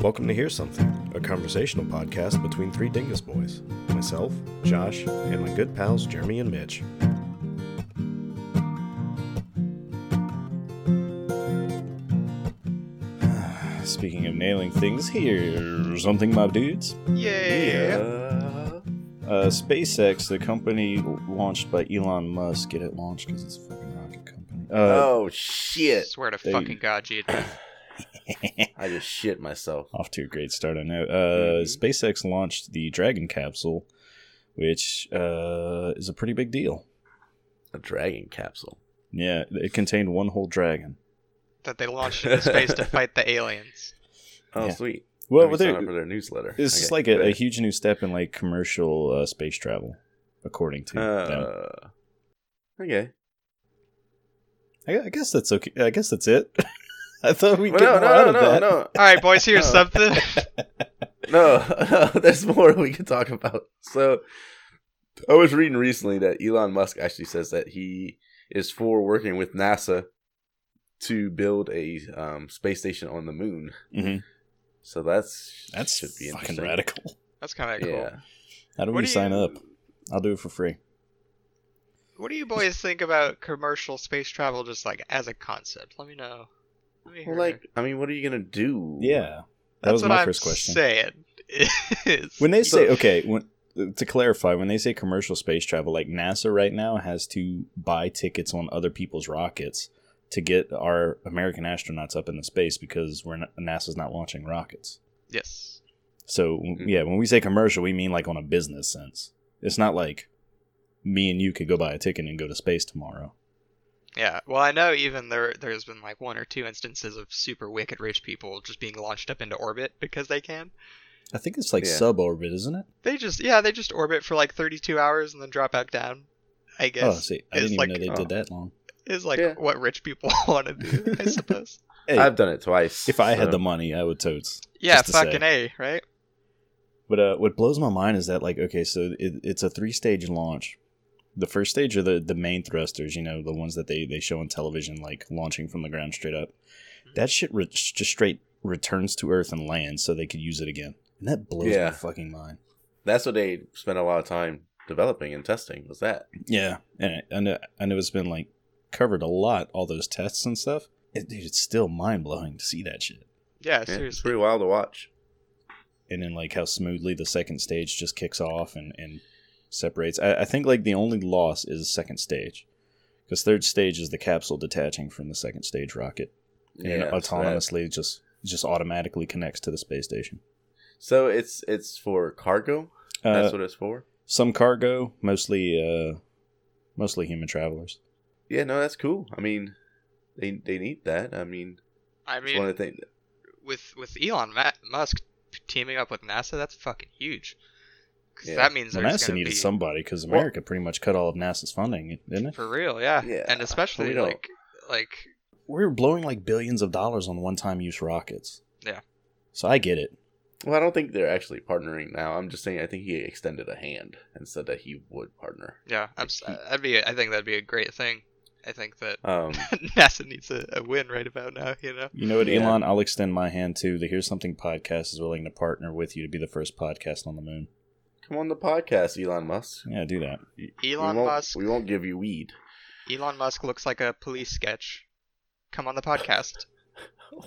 Welcome to Hear Something, a conversational podcast between three Dingus Boys myself, Josh, and my good pals Jeremy and Mitch. Speaking of nailing things, here's something, my dudes. Yeah. Uh, SpaceX, the company launched by Elon Musk, get it launched because it's a fucking rocket company. Uh, oh shit! Swear to They- fucking God, G. I just shit myself. Off to a great start, I know. Uh, Mhm. SpaceX launched the Dragon capsule, which uh, is a pretty big deal. A dragon capsule. Yeah, it contained one whole dragon. That they launched into space to fight the aliens. Oh Yeah. sweet. Well, Maybe they- sign up for their newsletter. this is like a, a huge new step in like commercial uh, space travel, according to them. Uh, okay. I, I guess that's okay. I guess that's it. I thought we Well, would no, get more out no, no, of no, that. no, All right, boys, here's Oh. something. no, no. There's more we can talk about. So, I was reading recently that Elon Musk actually says that he is for working with NASA to build a um, space station on the moon. Mhm. So that's That's should be fucking interesting. radical. That's kind of cool. Yeah. How do What we do sign you- up? I'll do it for free. What do you boys think about commercial space travel, just like as a concept? Let me know. Let me hear. Well, like, I mean, what are you gonna do? Yeah, that That's was what my I'm first question. Saying is- When they say So- okay, when, to clarify, when they say commercial space travel, like NASA right now has to buy tickets on other people's rockets to get our American astronauts up into space because we're not, NASA's not launching rockets. yes, So Mhm. yeah, when we say commercial, we mean like on a business sense. It's not like me and you could go buy a ticket and go to space tomorrow. yeah. Well, I know even there there's been like one or two instances of super wicked rich people just being launched up into orbit because they can. I think it's like Yeah. suborbit, isn't it? Oh, They just yeah they just orbit for like 32 hours and then drop back down. I guess. Oh, see, I It's didn't even like- know they did oh. that long. is like Yeah. what rich people want to do, I suppose. Hey, I've done it twice. if I so- had the money, I would totes. Yeah, Just to say. fucking A, right? But uh, what blows my mind is that like okay, so it, it's a three stage launch. The first stage are the the main thrusters, you know, the ones that they they show on television, like launching from the ground straight up. That shit re- just straight returns to Earth and lands, so they could use it again. And that blows my Yeah. fucking mind. That's what they spent a lot of time developing and testing. Was that? Yeah, and I, I know I know it's been like covered a lot, all those tests and stuff. It, dude, it's still mind blowing to see that shit. Yeah, Yeah, it's seriously. pretty wild to watch. and then like how smoothly the second stage just kicks off and and separates. I, I think like the only loss is second stage, because third stage is the capsule detaching from the second stage rocket and then so that- autonomously just just automatically connects to the space station. So it's it's for cargo. Uh, That's what it's for. some cargo, mostly uh, mostly human travelers. Yeah, no, that's cool. I mean, they they need that. I mean, I it's one mean, of the things. with with Elon Ma- Musk teaming up with NASA, that's fucking huge. 'Cause Yeah. that means Well, there's NASA gonna needed be somebody because Well- America pretty much cut all of NASA's funding, didn't it? for real, yeah. Yeah, and especially we don't- like like We were blowing like billions of dollars on one-time use rockets. Yeah. So I get it. Well, I don't think they're actually partnering now. I'm just saying. I think he extended a hand and said that he would partner. yeah, I'm s- I'd be I think that'd be a great thing. I think that Um, NASA needs a, a win right about now, you know. You know what, Yeah. Elon? I'll extend my hand too. The Here's Something podcast is willing to partner with you to be the first podcast on the moon. come on the podcast, Elon Musk. Yeah, do that. Elon we won't, Musk. We won't give you weed. Elon Musk looks like a police sketch. Come on the podcast.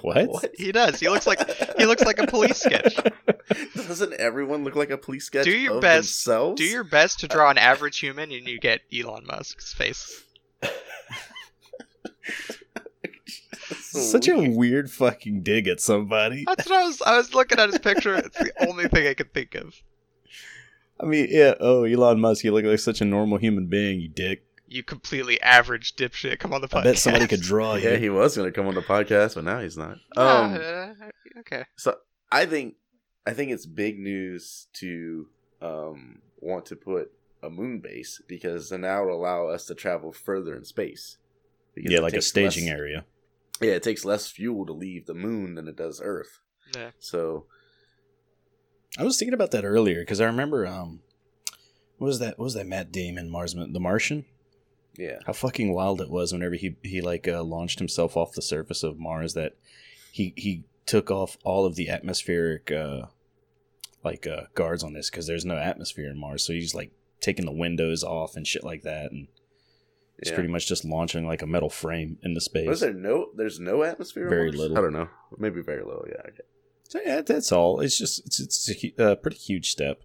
What? He does. He looks like he looks like a police sketch. Doesn't everyone look like a police sketch? Do your of best. Themselves? Do your best to draw an average human, and you get Elon Musk's face. Such a Mm-hmm. weird fucking dig at somebody. That's what I was. I was looking at his picture. It's the only thing I could think of. I mean, yeah. Oh, Elon Musk, you look like such a normal human being, you dick. You completely average dipshit. Come on the podcast. I bet somebody could draw yeah, you. he was going to come on the podcast, but now he's not. Um, Ah, uh, okay. So I think I think it's big news to um, want to put a moon base because then that would allow us to travel further in space. Because Yeah, it like a takes staging less- area. Yeah, it takes less fuel to leave the moon than it does Earth. Yeah. So I was thinking about that earlier because I remember um, what was that? What was that Matt Damon Marsman, The Martian? yeah, how fucking wild it was whenever he he like uh, launched himself off the surface of Mars that he he took off all of the atmospheric uh, like uh, guards on this because there's no atmosphere in Mars. So he's like taking the windows off and shit like that, and it's Yeah. pretty much just launching like a metal frame into space. Was there no? There's no atmosphere. on Very Mars? little. I don't know. Maybe very little. Yeah. Okay. So yeah, that's all. It's just it's it's a hu- uh, pretty huge step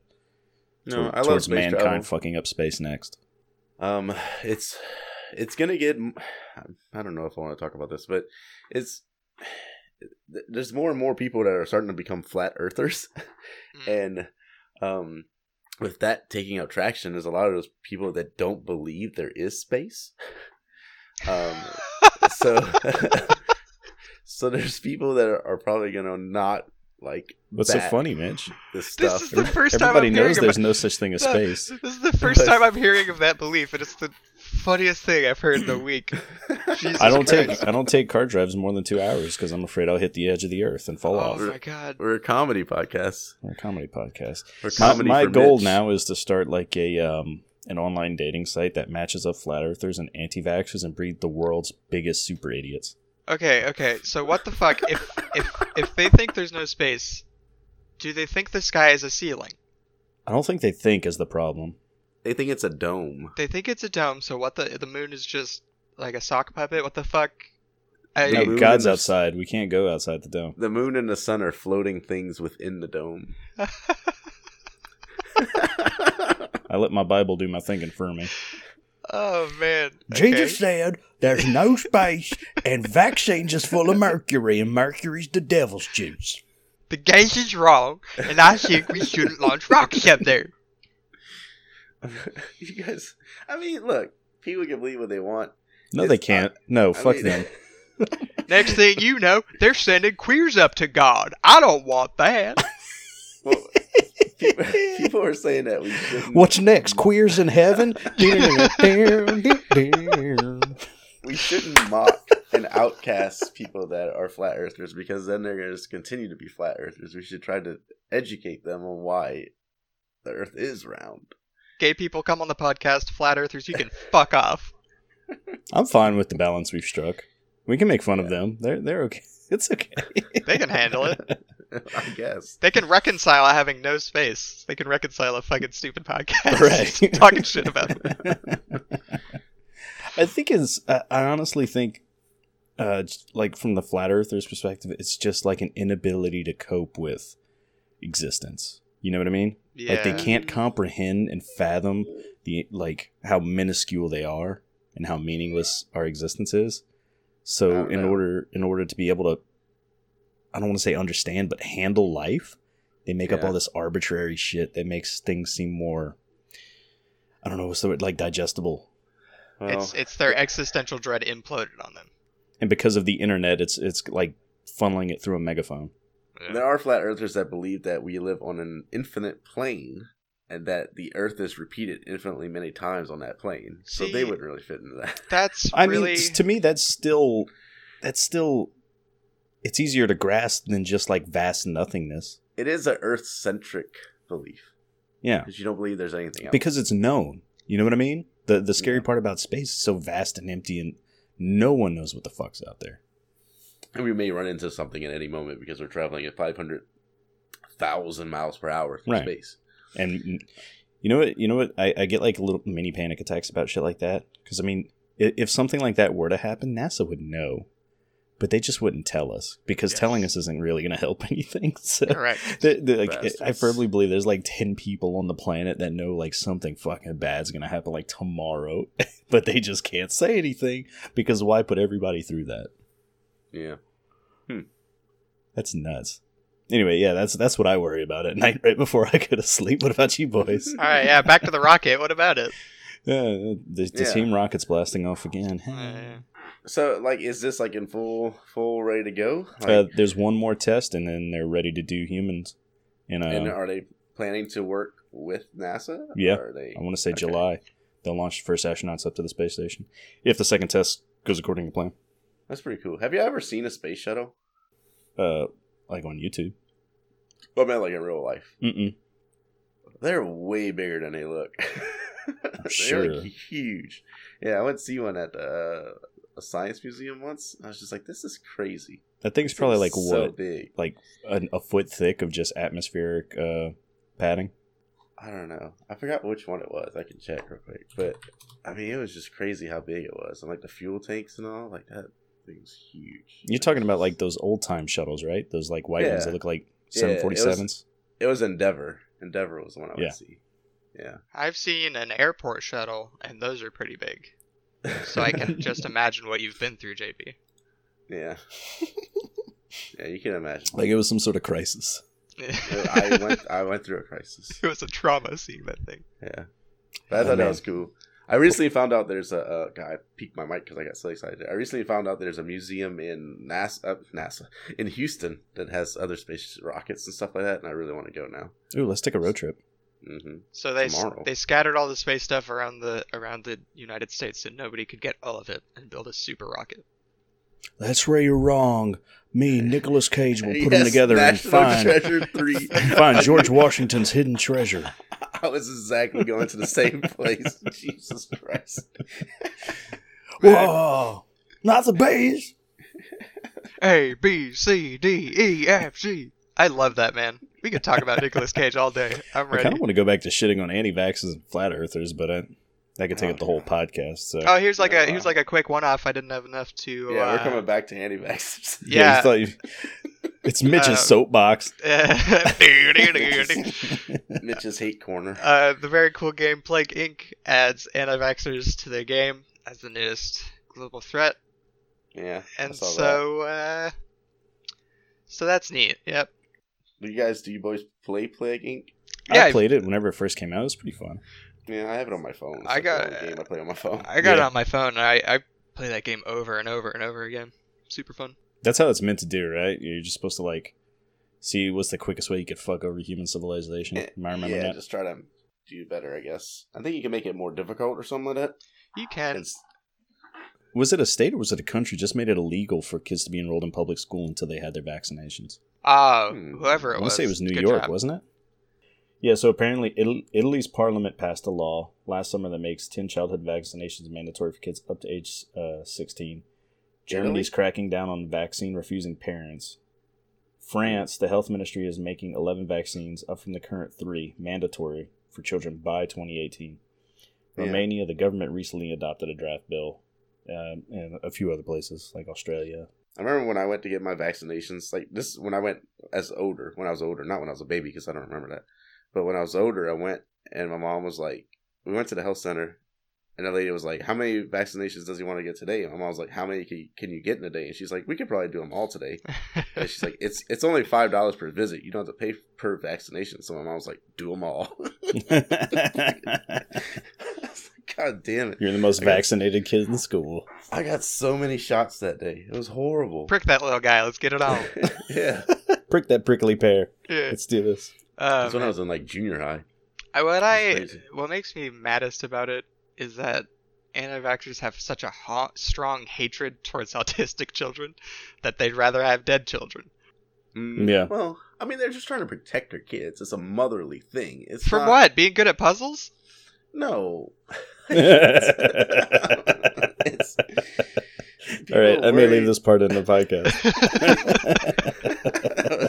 No, toward- I love towards space mankind travel. fucking up space next. Um, it's it's gonna get. I don't know if I want to talk about this, but it's there's more and more people that are starting to become flat earthers, Mm. and um, with that taking out traction, there's a lot of those people that don't believe there is space. Um, so so there's people that are, are probably gonna not like What's so Bat. funny, Mitch? this this stuff. is the first time Everybody I'm hearing knows about there's no such thing as No. space. This is the first But- time I'm hearing of that belief, and it's the funniest thing I've heard in a week. Jesus I don't Christ. take I don't take car drives more than two hours because I'm afraid I'll hit the edge of the earth and fall Oh off. my god. We're a comedy podcast. We're a comedy podcast. We're My, comedy my for goal Mitch. now is to start like a um an online dating site that matches up flat earthers and anti vaxxers and breed the world's biggest super idiots. Okay, okay. So what the fuck? If if if they think there's no space, do they think the sky is a ceiling? I don't think they think is the problem. They think it's a dome. They think it's a dome. So what the the moon is just like a sock puppet. What the fuck? I, No, Yeah, we- God's wouldn't have- outside. We can't go outside the dome. The moon and the sun are floating things within the dome. I let my Bible do my thinking for me. oh man. Jesus Okay. said there's no space and vaccines is full of mercury and mercury's the devil's juice. The gauge is wrong, and I think we shouldn't launch rockets up there. you guys, I mean, look, people can believe what they want. No, they It's- can't. No, I fuck mean- them. Next thing you know, they're sending queers up to God. I don't want that. Well, people, people are saying that we shouldn't. What's next? Queers in heaven? We shouldn't mock and outcast people that are flat earthers because then they're going to just continue to be flat earthers. We should try to educate them on why the Earth is round. Gay people come on the podcast, flat earthers, you can fuck off. I'm fine with the balance we've struck. We can make fun of them. They're they're okay. It's okay. They can handle it. I guess. They can reconcile having no space. They can reconcile a fucking stupid podcast. Right. Talking shit about it. I think it's. I I honestly think, uh, j- like from the flat earthers' perspective, it's just like an inability to cope with existence. You know what I mean? Yeah. Like they can't comprehend and fathom the like how minuscule they are and how meaningless our existence is. I So don't in know. order in order to be able to, I don't want to say understand, but handle life, they make up Yeah. all this arbitrary shit that makes things seem more. I don't know, what's the word like digestible. It's it's their existential dread imploded on them. and because of the internet, it's it's like funneling it through a megaphone. There are flat earthers that believe that we live on an infinite plane and that the earth is repeated infinitely many times on that plane. so they See- wouldn't really fit into that. That's I really mean, t- to me, that's still that's still it's easier to grasp than just like vast nothingness. It is an earth centric belief Yeah, because you don't believe there's anything else. because it's known. You know what I mean? The the scary Yeah. part about space is so vast and empty, and no one knows what the fuck's out there. and we may run into something at any moment because we're traveling at 500,000 miles per hour through Right. space. And you know what? You know what? I, I get like little mini panic attacks about shit like that. Because I mean, i- if something like that were to happen, NASA would know, but they just wouldn't tell us because Yes. telling us isn't really going to help anything. So correct. the- the- like, I Bastards. firmly believe there's like ten people on the planet that know like something fucking bad's going to happen like tomorrow, but they just can't say anything because why put everybody through that? Yeah. That's nuts. Anyway, yeah, that's that's what I worry about at night right before I go to sleep. What about you boys? All right, yeah. Back to the rocket. What about it? Yeah, the, the Yeah. team rocket's blasting off again. Uh, So, like, is this like in full, full ready to go? Like, uh, there's one more test, and then they're ready to do humans. And, uh, and are they planning to work with NASA? Yeah. Or are they? I want to say okay. July, they'll launch the first astronauts up to the space station if the second test goes according to plan. That's pretty cool. Have you ever seen a space shuttle? Uh, like on YouTube. Well, I meant like in real life. Mm-mm. They're way bigger than they look. They're sure. like huge. Yeah, I went to see one at uh, a science museum once. And I was just like, this is crazy. That thing's This probably like thing's so what big. like a, a foot thick of just atmospheric uh, padding. I don't know. I forgot which one it was. I can check real quick. But I mean, it was just crazy how big it was, and like the fuel tanks and all. Like that thing's huge. You're talking about like those old time shuttles, right? Those like white ones Yeah. that look like Yeah, it 747s. It was Endeavor. Endeavor was the one I would Yeah. see. Yeah. I've seen an airport shuttle, and those are pretty big. So I can just imagine what you've been through, JP. yeah. Yeah, you can imagine. Like it was some sort of crisis. I went. I went through a crisis. it was a trauma seeing that thing. Yeah, but I thought man. that was cool. I recently found out there's a uh, God. I peeked my mic because I got so excited. I recently found out there's a museum in NASA, uh, NASA in Houston that has other space rockets and stuff like that, and I really want to go now. Ooh, let's take a road trip. hmm So they s- Tomorrow. they scattered all the space stuff around the around the United States, so nobody could get all of it and build a super rocket. That's where you're wrong. Me, Nicolas Cage, will put them Yes, together and National find Treasure Three. find George Washington's hidden treasure. I was exactly going to the same place. Jesus Christ! Whoa, not the bees. A B C D E F G. I love that man. We could talk about Nicolas Cage all day. I'm I ready. kind of want to go back to shitting on anti-vaxxers and flat earthers, but I, that could take up the whole podcast. So. Oh, here's like a Yeah. here's like a quick one-off. I didn't have enough to. Yeah, uh, we're coming back to anti-vax. Yeah, Yeah. it's like- it's Mitch's Uh, soapbox. Mitch's hate corner. uh, the very cool game Plague Inc. adds anti-vaxxers to their game as the newest global threat, Yeah, I and saw that. so uh, so that's neat. Yep. do you guys do you boys play Plague Inc? Yeah, I played it whenever it first came out. It was pretty fun. Yeah, I have it on my phone. It's I like the got- only game I play on my phone. I got Yeah. it on my phone. And I I play that game over and over and over again. Super fun. That's how it's meant to do, right? You're just supposed to like see what's the quickest way you could fuck over human civilization. Am I remembering yeah, that? just try to do better, I guess. I think you can make it more difficult or something like that. You can. It's- Was it a state or was it a country just made it illegal for kids to be enrolled in public school until they had their vaccinations? Oh, Hmm. whoever I want it to was. say it was New good York, job. wasn't it? Yeah, so apparently Italy, Italy's parliament passed a law last summer that makes 10 childhood vaccinations mandatory for kids up to age uh, 16. Germany's cracking down on vaccine refusing parents. France, the health ministry is making 11 vaccines, up from the current three, mandatory for children by 2018. Yeah. Romania, the government recently adopted a draft bill, um, and a few other places like Australia. I remember when I went to get my vaccinations. Like this, is when I went as older, when I was older, not when I was a baby, because I don't remember that. But when I was older, I went, and my mom was like, "We went to the health center." And the lady was like, "How many vaccinations does he want to get today?" And my mom was like, "How many can you, can you get in a day?" And she's like, "We could probably do them all today." And she's like, "It's it's only five dollars per visit. You don't have to pay per vaccination." So my mom was like, "Do them all." I was like, God damn it. You're the most I got- vaccinated kid in school. I got so many shots that day. It was horrible. Prick that little guy. Let's get it on. yeah. Prick that prickly pear. Yeah. Let's do this. Um, That's when I was in like junior high. I- what I crazy. what makes me maddest about it is that anti-vaxxers have such a ha- strong hatred towards autistic children that they'd rather have dead children. Mm, Yeah. Well, I mean, they're just trying to protect their kids. It's a motherly thing. It's From not- what? Being good at puzzles? No. It's- All right, people I may leave worry- this part in the podcast.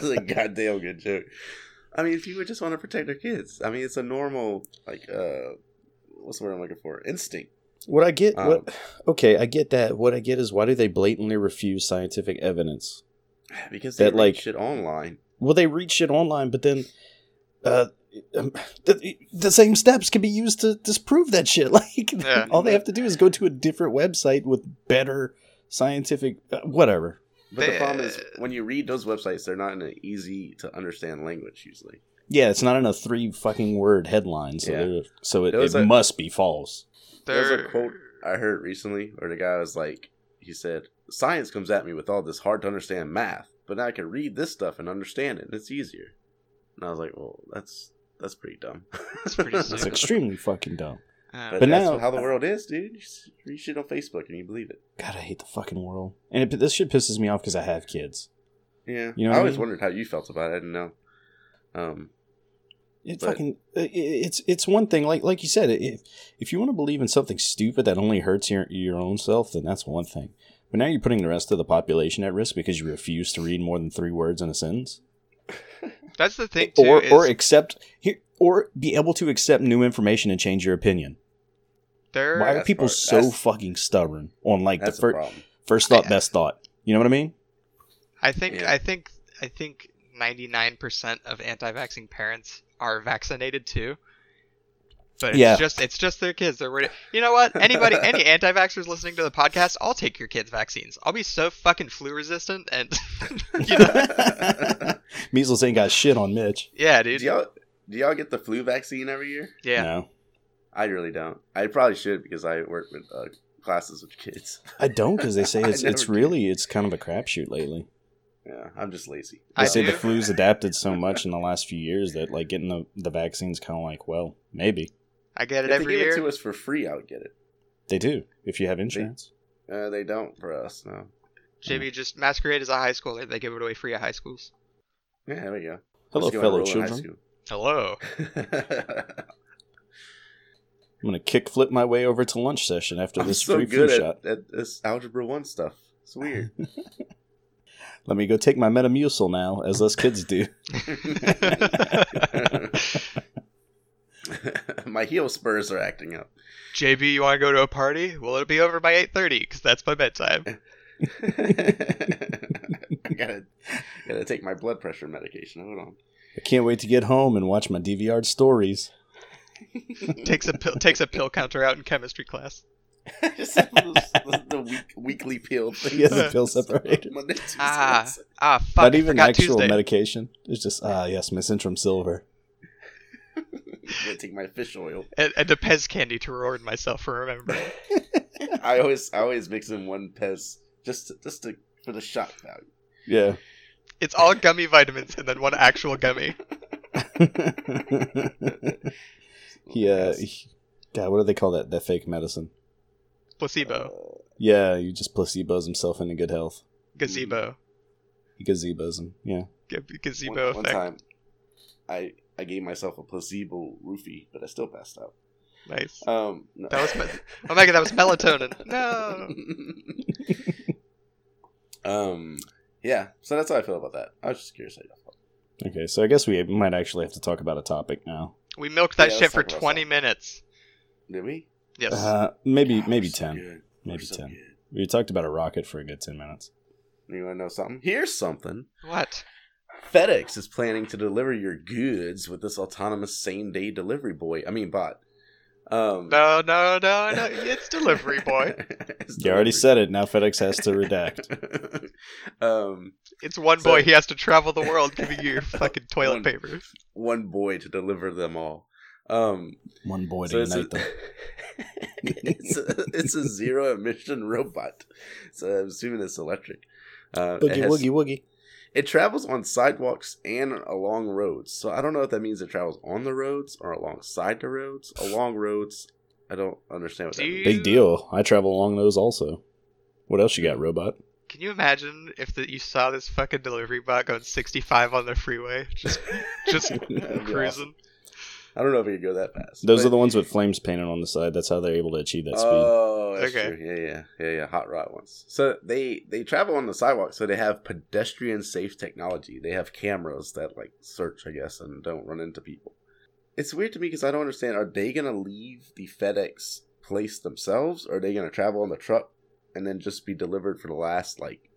that was a goddamn good joke. I mean, people just want to protect their kids. I mean, it's a normal like uh, what's the word I'm looking for? Instinct. What I get, Um, what okay, I get that. What I get is why do they blatantly refuse scientific evidence? Because they That, that, like- like shit online. Well, they read shit online, but then uh, um, the, the same steps can be used to disprove that shit. Like, Yeah. all they have to do is go to a different website with better scientific, uh, whatever. But the problem is, Uh, when you read those websites, they're not in an easy to understand language usually. Yeah, it's not in a three fucking word headline, so Yeah. they're- so it, It was it like- must be false. There's They're- a quote I heard recently where the guy was like, he said, "Science comes at me with all this hard to understand math, but now I can read this stuff and understand it, and it's easier." And I was like, "Well, that's that's pretty dumb. That's pretty It's stupid. extremely fucking dumb. uh, But, But that's now- how the world is, dude. You just read shit on Facebook and you believe it. God, I hate the fucking world. And it, this shit pisses me off because I have kids. Yeah, You know what I I always mean? wondered how you felt about it. I didn't know. Um, It But- fucking uh, it, it's it's one thing like like you said if if you want to believe in something stupid that only hurts your your own self then that's one thing but now you're putting the rest of the population at risk because you refuse to read more than three words in a sentence That's the thing too. or is or accept here or be able to accept new information and change your opinion there, why are that's people hard. so That's- fucking stubborn on like the That's a first problem. first thought I- best thought you know what I mean I think Yeah. I think I think 99% of anti-vaxxing parents are vaccinated too. But it's Yeah. just it's just their kids. They're worried. You know what? Anybody any anti-vaxxers listening to the podcast, I'll take your kids' vaccines. I'll be so fucking flu resistant and you know, measles ain't got shit on Mitch yeah, Do dude. Yeah. y'all do y'all get the flu vaccine every year? no I really don't. I probably should because I work with uh, classes with kids. I don't because they say I it's never it's did. really it's kind of a crapshoot lately. Yeah, I'm just lazy. They I say the do. flu's adapted so much in the last few years that like getting the, the vaccine's kind of like well maybe I get it If they every gave it to year. us for free, I would get it. they do if you have insurance. Uh, they don't for us, no. Jimmy just masquerade as a high schooler. They give it away free at high schools. Yeah, there we go. Hello, Let's go on a fellow roll in high children. Hello. school. I'm gonna kick flip my way over to lunch session after I'm this so free flu good shot. at, at this algebra one stuff. It's weird. Let me go take my Metamucil now, as us kids do. My heel spurs are acting up. JB, you want to go to a party? Well, it'll be over by 8:30 because that's my bedtime. I gotta gotta take my blood pressure medication. Hold on. I can't wait to get home and watch my DVR stories. takes a pill, takes a pill counter out in chemistry class. Just have those- those- the week, weekly pill thing. Yeah, the pill separator. Monday, Tuesday, Ah. Wednesday. Ah, fuck! Not I even forgot actual Tuesday. medication. It's just ah yes, my Centrum Silver. Gotta take my fish oil. and, and a Pez candy to reward myself for remembering. I always I always mix in one Pez just to, just to for the shock value. Yeah. It's all gummy vitamins and then one actual gummy. he, uh, he- God, what do they call that? That fake medicine. Uh, Placebo. Yeah, you just placebos himself into good health. Gazebo. He gazebos him. Yeah. Ga- Uh, Gazebo one, one effect. time, I I gave myself a placebo roofie, but I still passed out. Nice. Um, no. That was Oh. me- Oh my god, that was melatonin. No. um, yeah. So that's how I feel about that. I was just curious how you felt. Okay, so I guess we might actually have to talk about a topic now. We milked that Yeah, shit let's for talk about 20 that. Uh-huh. minutes. Did we? Yes. Uh, maybe God, maybe we're so ten. good. We're Maybe so ten. good. We talked about a rocket for a good ten minutes. You want to know something? Here's something. what? FedEx is planning to deliver your goods with this autonomous same day delivery boy. I mean bot. Um, No, no, no, no. It's delivery boy. It's You already delivery. said it. Now FedEx has to redact. um, It's one So- boy. He has to travel the world giving you your fucking toilet One- paper. one boy to deliver them all. Um, One boy to so it's, a, unite them. it's, a, it's a zero emission robot. So I'm assuming it's electric. Uh, it, Boogie has- woogie woogie. it travels on sidewalks and along roads. So I don't know if that means it travels on the roads or alongside the roads. Along roads, I don't understand what that Do means. Big deal. I travel along those also. What else you got, robot? Can you imagine if the, you saw this fucking delivery bot going 65 on the freeway? Just, just That'd be cruising. I don't know if it could go that fast. Those but- are the ones with flames painted on the side. That's how they're able to achieve that speed. Oh, that's Okay. true. Yeah, yeah, yeah, yeah. Hot rod ones. So they they travel on the sidewalk, so they have pedestrian safe technology. They have cameras that like search, I guess, and don't run into people. It's weird to me because I don't understand. Are they gonna leave the FedEx place themselves, or are they gonna travel on the truck and then just be delivered for the last like?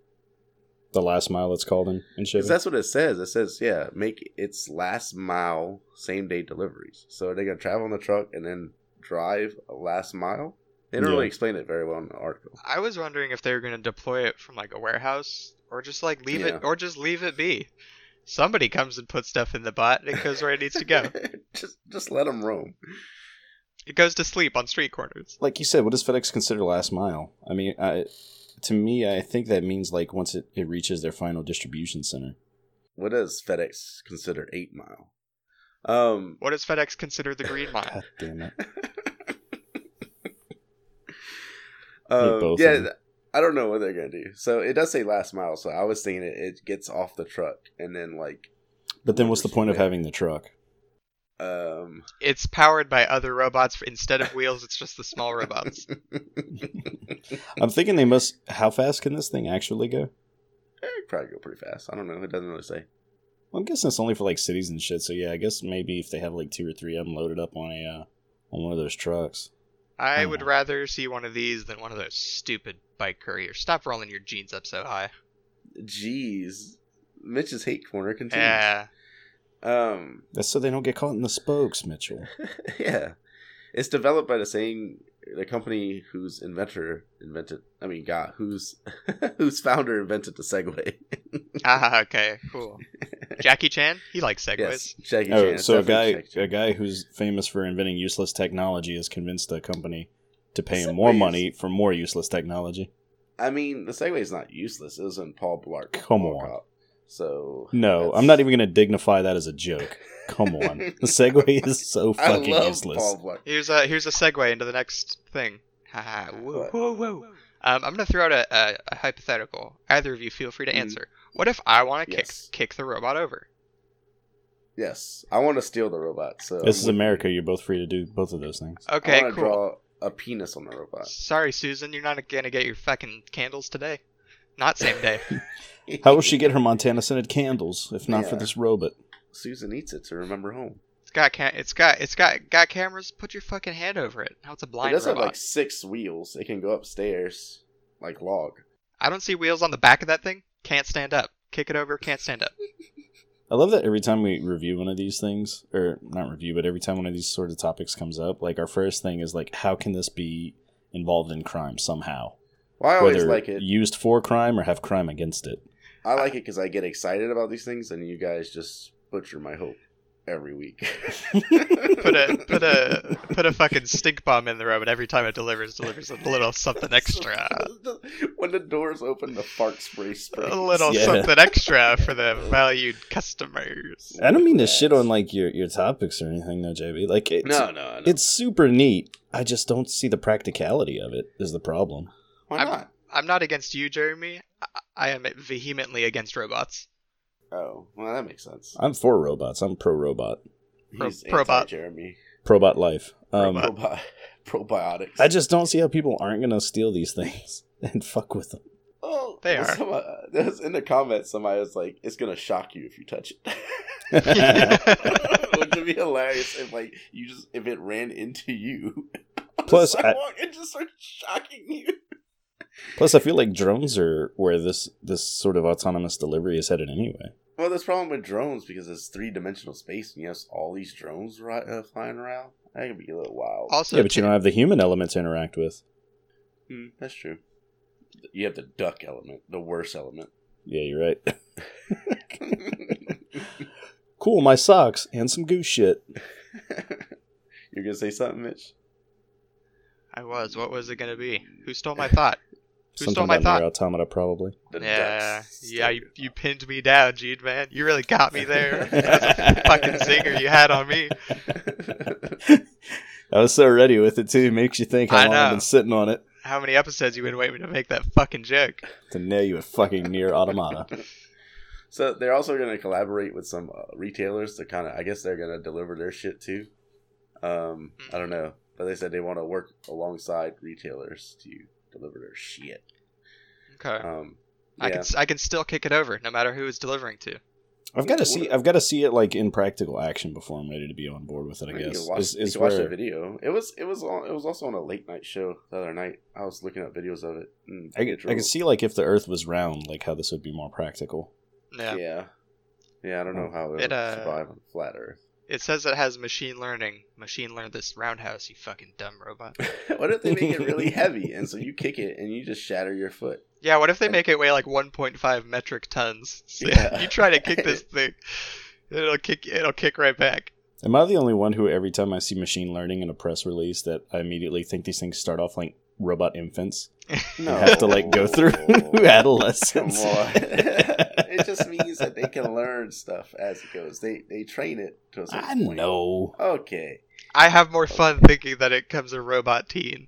the last mile it's called in, in shipping. Because that's what it says. It says, yeah, make its last mile same day deliveries. So are they gonna travel on the truck and then drive a last mile? They don't Yeah. really explain it very well in the article. I was wondering if they were gonna deploy it from like a warehouse or just like leave Yeah. it or just leave it be. Somebody comes and puts stuff in the bot and it goes where it needs to go. just just let them roam. It goes to sleep on street corners. like you said, what does FedEx consider last mile? I mean, I, to me, I think that means like once it, it reaches their final distribution center. What does FedEx consider eight mile? Um, What does FedEx consider the green mile? God damn it. um, both yeah, of 'em. I don't know what they're gonna do. So it does say last mile. So I was thinking it, it gets off the truck and then like But then what's the point of having the truck? Um, It's powered by other robots. Instead of wheels, it's just the small robots. I'm thinking they must. How fast can this thing actually go? it'd probably go pretty fast. I don't know. It doesn't really say. Well, I'm guessing it's only for like cities and shit. So yeah, I guess maybe if they have like two or three of them loaded up on a uh, on one of those trucks. I Oh. would rather see one of these than one of those stupid bike couriers. Stop rolling your jeans up so high. Jeez, Mitch's hate corner continues. Yeah. Um, That's so they don't get caught in the spokes, Mitchell. yeah, it's developed by the same the company whose inventor invented. I mean, God, whose whose founder invented the Segway. ah, okay, cool. Jackie Chan, he likes segways. yes, Jackie Chan. Oh, it's so a definitely guy Jackie Chan. a guy who's famous for inventing useless technology has convinced a company to pay Segways. him more money for more useless technology. I mean, the Segway is not useless. It was in Paul Blart. Come on. Blart. So No, That's- I'm not even going to dignify that as a joke. Come on, the Segway is so I fucking love useless. Paul Blart. Here's a here's a segue into the next thing. Haha, whoa, What? whoa, whoa. Um, I'm gonna throw out a, a, a hypothetical. Either of you, feel free to Mhm. answer. What if I want to Yes. kick kick the robot over? Yes, I want to steal the robot. So This is America. You're both free to do both of those things. I Okay, want to cool. draw a penis on the robot. Sorry, Susan, you're not gonna get your fucking candles today. Not same day. How will she get her Montana scented candles if not for Yeah. this robot? Susan eats it to remember home. it's got ca- it's got it's got got cameras. Put your fucking hand over it. Now it's a it blind does robot. have like six wheels. It can go upstairs like log. I don't see wheels on the back of that thing. Can't stand up. Kick it over. Can't stand up. I love that every time we review one of these things, or not review, but every time one of these sort of topics comes up, like our first thing is like, how can this be involved in crime somehow? Well, I always Whether like it. used for crime or have crime against it. I like it because I get excited about these things, and you guys just butcher my hope every week. Put a put a put a fucking stink bomb in the robot every time it delivers. Delivers a little something extra. when the doors open, the fart spray sprays. A little Yeah. something extra for the valued customers. I don't mean to shit on like your your topics or anything, though, JB. Like, it's, No, no, no. it's super neat. I just don't see the practicality of it. Is the problem? Why I'm- not? I'm not against you, Jeremy. I, I am vehemently against robots. Oh, well, that makes sense. I'm for robots. I'm pro robot. Pro- He's probot. Jeremy. Probot life. Um, Probot. Probi- probiotics. I just don't see how people aren't gonna steal these things and fuck with them. Oh, They there's are. Somebody, there's, in the comments, somebody was like, "It's gonna shock you if you touch it." Which would be hilarious if, like, you just if it ran into you. on the Plus, I- sidewalk and just starts shocking you. Plus, I feel like drones are where this this sort of autonomous delivery is headed anyway. Well, this problem with drones because it's three dimensional space, and you have all these drones ri- uh, flying around. That could be a little wild. Also, yeah, but you too- don't have the human element to interact with. Hmm, that's true. You have the duck element, the worst element. Yeah, you're right. cool, my socks and some goose shit. You're gonna say something, Mitch? I was. What was it gonna be? Who stole my thought? Who Something stole my about thought? near automata, probably. The yeah, ducks. yeah. You, you pinned me down, Gene man. You really got me there. That was a fucking zinger you had on me. I was so ready with it too. Makes you think how I long I've know. been sitting on it How many episodes you been waiting to make that fucking joke? to nail you a fucking near automata. So they're also going to collaborate with some uh, retailers to kind of, I guess they're going to deliver their shit too. Um, Hmm. I don't know, but they said they want to work alongside retailers to deliver their shit. Okay. Uh, Um, I can yeah, s- I can still kick it over, no matter who it's delivering to. I've got to see. I've got to see it like in practical action before I'm ready to be on board with it. I You guess can watch, is, you is can watch where- the video. It was it was on, it was also on a late night show the other night. I was looking up videos of it. and I, it could- I drove. could see like if the Earth was round, like how this would be more practical. Yeah. Yeah. yeah, I don't Oh. know how it, It, would uh, survive on flat Earth. It says it has machine learning. Machine learn this roundhouse, you fucking dumb robot. what if they make it really heavy and so you kick it and you just shatter your foot? Yeah, what if they And- make it weigh like 1.5 metric tons? So Yeah. you try to kick this thing, it'll kick. It'll kick right back. Am I the only one who every time I see machine learning in a press release that I immediately think these things start off like robot infants No, and have to like go through Come adolescence? on. it just means that they can learn stuff as it goes. They they train it to a certain I point. know. Okay. I have more fun thinking that it comes a robot teen.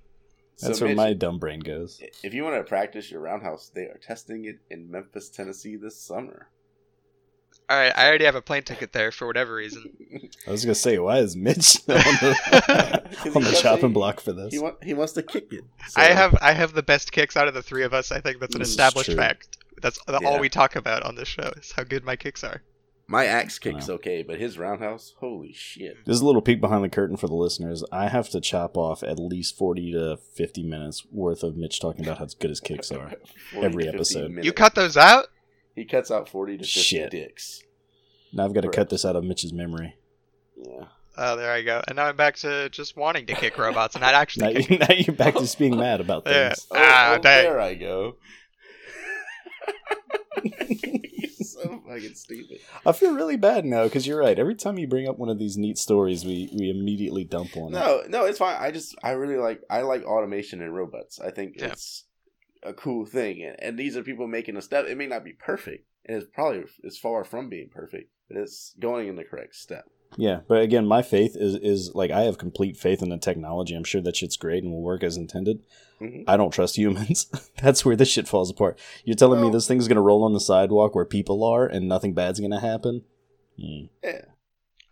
That's so where Mitch, my dumb brain goes. if you want to practice your roundhouse, they are testing it in Memphis, Tennessee this summer. All right, I already have a plane ticket there for whatever reason. I was gonna say, why is Mitch on the, on the chopping block for this? He, wa- he wants to kick it. I so- have I have the best kicks out of the three of us. I think that's an This is established true. fact. That's Yeah. all we talk about on this show is how good my kicks are. My axe kick's okay, but his roundhouse, holy shit. Just a little peek behind the curtain for the listeners. I have to chop off at least forty to fifty minutes worth of Mitch talking about how good his kicks are. 40 Every to 50 episode. minutes. You cut those out? He cuts out 40 to 50 Shit. dicks. Now I've got to cut this out of Mitch's memory. Yeah. Oh, there I go. And now I'm back to just wanting to kick robots and not actually Now, kicking you, now you're back to just being mad about Yeah. things. Oh, Ah, oh, dang. there I go. He's so fucking stupid. I feel really bad now because you're right. Every time you bring up one of these neat stories, we we immediately dump on it. No, no, it's fine. I just, I really like, I like automation and robots. I think Yeah. it's a cool thing, and, and these are people making a step. It may not be perfect, and it's probably it's far from being perfect, but it's going in the correct step. Yeah, but again, my faith is is like I have complete faith in the technology. I'm sure that shit's great and will work as intended. Mm-hmm. Mhm. I don't trust humans. That's where this shit falls apart. You're telling me Well- this thing's gonna roll on the sidewalk where people are and nothing bad's gonna happen? Hmm.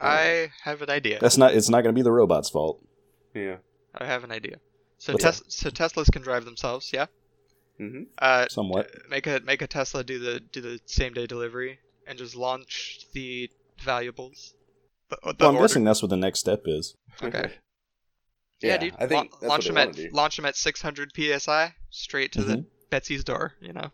I have an idea. That's not. It's not gonna be the robot's fault. Yeah. I have an idea. So What's tes- so Teslas can drive themselves, yeah? Mm-hmm. Uh Somewhat. make a make a Tesla do the do the same day delivery and just launch the valuables. The, the Well, I'm order. guessing that's what the next step is. Okay. Yeah, dude. I think Lau- that's launch them what they at want to do. Mm-hmm. launch 'em at 600 psi straight to the Betsy's door. You know.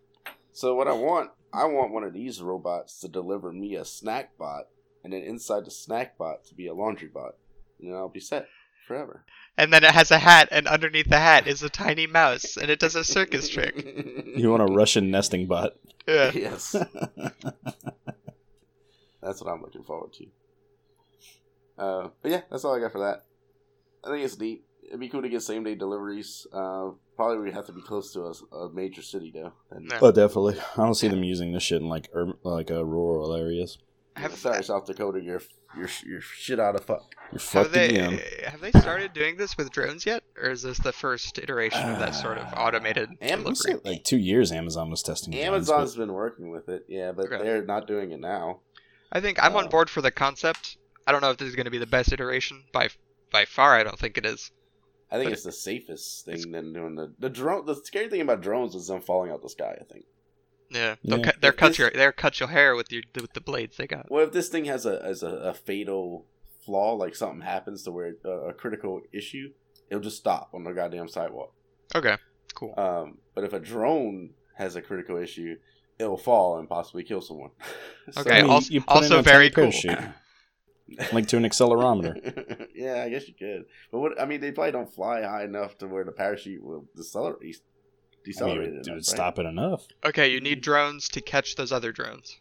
So what I want, I want one of these robots to deliver me a snack bot, and then inside the snack bot to be a laundry bot, and then I'll be set forever. And then it has a hat, and underneath the hat is a tiny mouse, and it does a circus trick. Mm-hmm. You want a Russian nesting bot? Yeah. Yes, that's what I'm looking forward to. Uh, but yeah, that's all I got for that. I think it's neat. It'd be cool to get same day deliveries. Uh, probably we have to be close to a, a major city though. And, No. Oh, definitely. I don't see them using this shit in like ur- like uh, rural areas. Have- sorry, South Dakota, you're you're you're shit out of fuck. You're Have fucked they again. have they started doing this with drones yet, or is this the first iteration of that sort of Uh, automated Am- Looks delivery? like- like two years Amazon was testing. drones, Amazon's been working with it, yeah, but Okay. they're not doing it now. I think I'm on Uh, board for the concept. I don't know if this is going to be the best iteration by by far. I don't think it is. I think But- it's the safest It's- thing than doing the the drone. The scary thing about drones is them falling out the sky. I think. Yeah, they'll Yeah. cut they'll It- cut this- your they'll cut your hair with your with the blades they got. Well, if this thing has a as a, a fatal flaw, like something happens to where uh, a critical issue, it'll just stop on the goddamn sidewalk. Okay, cool. Um, but if a drone has a critical issue, it'll fall and possibly kill someone. So- Okay, mean, also, you put in also a very cool. tiny parachute. Like to an accelerometer. yeah, I guess you could. But what I mean, they probably don't fly high enough to where the parachute will decelerate. I mean, Decelerate it would- enough, it right? would stop it enough. Okay, you need drones to catch those other drones.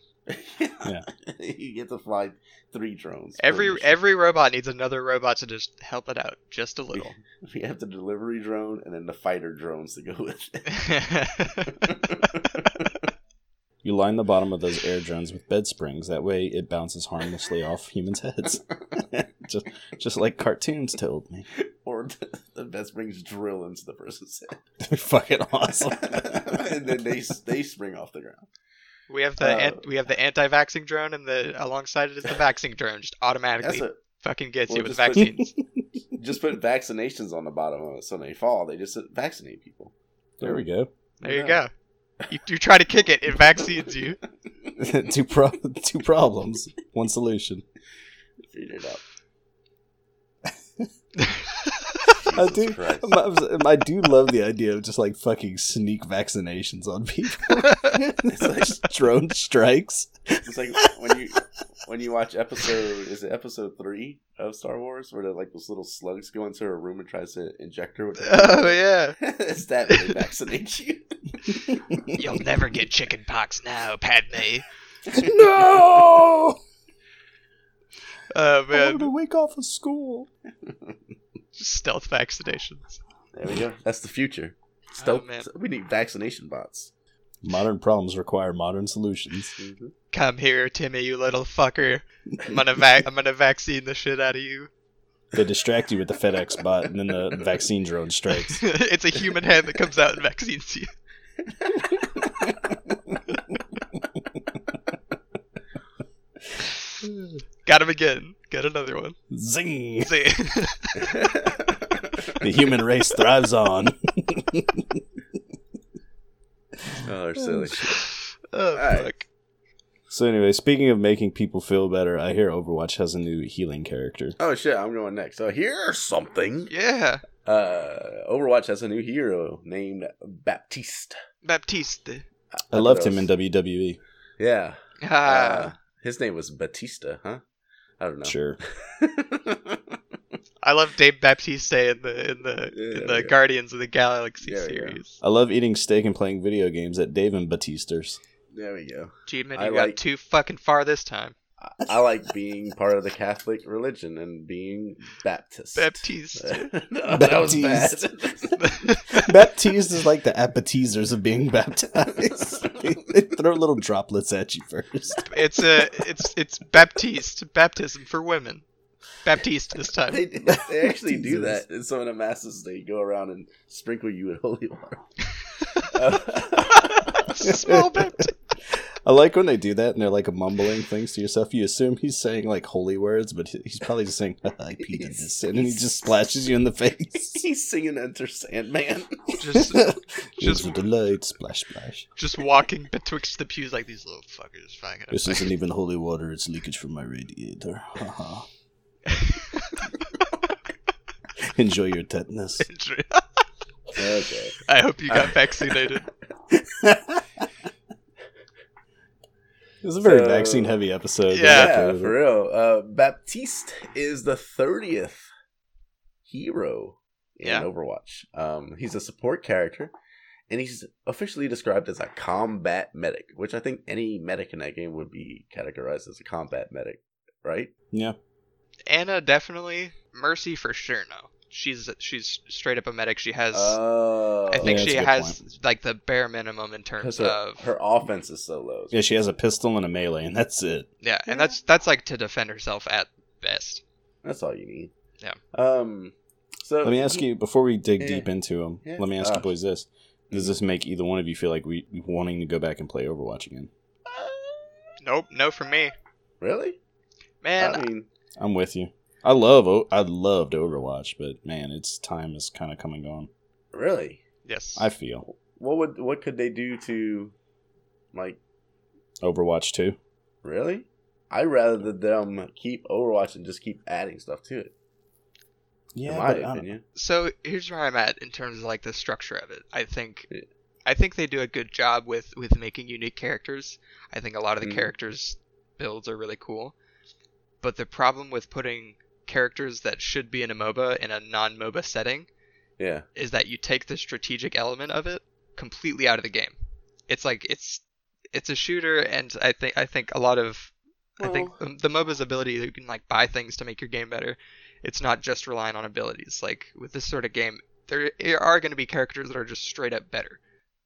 yeah, you get to fly three drones. per Every mission. every robot needs another robot to just help it out just a little. we have the delivery drone and then the fighter drones to go with it. You line the bottom of those air drones with bed springs. That way, it bounces harmlessly off humans' heads, just just like cartoons told me. or the, the best brings drill into the person's head, Fucking awesome. and then they they spring off the ground. we have the Uh, an- we have the anti-vaxing drone, and the alongside it is the vaxing drone. Just That's automatically it. fucking gets We'll you with just put- vaccines. Just put vaccinations on the bottom of it, so when they fall, they just vaccinate people. There we go. there you go. You, you try to kick it, it vaccines you. two pro- two problems, one solution. Figured it out. I Jesus do. Christ. I, I do love the idea of just like fucking sneak vaccinations on people. it's like drone strikes. It's like when you when you watch episode is it episode three of Star Wars where the, like those little slugs go into a room and tries to inject her with. oh yeah. it's that when they vaccinate you. You'll never get chicken pox now, Padme. No, Oh I wanted to man, wake off of school. stealth vaccinations. There we go. That's the future. Stealth. Oh, man. we need vaccination bots. Modern problems require modern solutions. Come here, Timmy, you little fucker. I'm gonna vac- I'm gonna vaccine the shit out of you. They distract you with the FedEx bot, and then the vaccine drone strikes. it's a human hand that comes out and vaccines you. Got him again. Got another one. Zing! See? The human race thrives on. oh, they're silly. oh, Alright. fuck. So anyway, speaking of making people feel better, I hear Overwatch has a new healing character. Oh shit, I'm going next. So here's something. Yeah. Uh, Overwatch has a new hero named Baptiste. Baptiste. I loved him in E. WWE. Yeah. Uh, Ah, his name was Batista, huh? I don't know. Sure. I love Dave Baptiste in the in the in Yeah, the yeah. Guardians of the Galaxy Yeah, yeah. series. I love eating steak and playing video games at Dave and Batista's. there we go. Gee, man, I you like- got too fucking far this time. I- I like being part of the Catholic religion and being Baptist. Baptiste. No, that was bad. Baptized is like the appetizers of being baptized. they throw little droplets at you first. it's a it's it's Baptiste baptism for women. Baptiste this time. they, they actually do Jesus. that in some of the masses. They go around and sprinkle you with holy water. Small Baptiste. I like when they do that and they're like mumbling things to yourself. You assume he's saying like holy words, but he- he's probably just saying, I peed in this, and then he just splashes you in the face. He's singing Enter Sandman. Just it's just a delight, splash, splash. just walking betwixt the pews like these little fuckers. Fucking This isn't even holy water, it's leakage from my radiator. Haha. Enjoy your tetanus. injury. Okay. I hope you got vaccinated. It was a very So- vaccine heavy episode. I Yeah. Yeah, liked it. for real. Uh, Baptiste is the thirtieth hero in Yeah. Overwatch. Um, he's a support character, and he's officially described as a combat medic, which I think any medic in that game would be categorized as a combat medic, right? yeah. Anna definitely. Mercy for sure. No, she's she's straight up a medic. She has. Oh, I think Yeah, that's uh, she a good has like the bare minimum in terms because her, of her offense is so low. Yeah, she has a pistol and a melee, and that's it. yeah, Yeah. and that's that's like to defend herself at best. That's all you need. Yeah. Um. So Let me ask you before we dig Yeah. deep into them. Yeah. Let me ask Ah. Mm-hmm. you boys this: Does this make either one of you feel like we wanting to go back and play Overwatch again? Nope, no for me, Really? man. I mean, I'm with you. I love O- I loved Overwatch, but man, its time is kind of come and gone. really? yes, I feel What would what could they do to, like? Overwatch too. Really? I'd rather that them keep Overwatch and just keep adding stuff to it. in my but uh, I don't- opinion. so here's where I'm at in terms of like the structure of it. I think Yeah. I think they do a good job with with making unique characters. I think a lot of the Mm-hmm. Mhm. characters builds are really cool. But the problem with putting characters that should be in a MOBA in a non-MOBA setting Yeah. is that you take the strategic element of it completely out of the game. It's like it's it's a shooter and I think I think a lot of I think the, the MOBA's ability that you can like buy things to make your game better. It's not just relying on abilities. Like with this sort of game, there there are going to be characters that are just straight up better.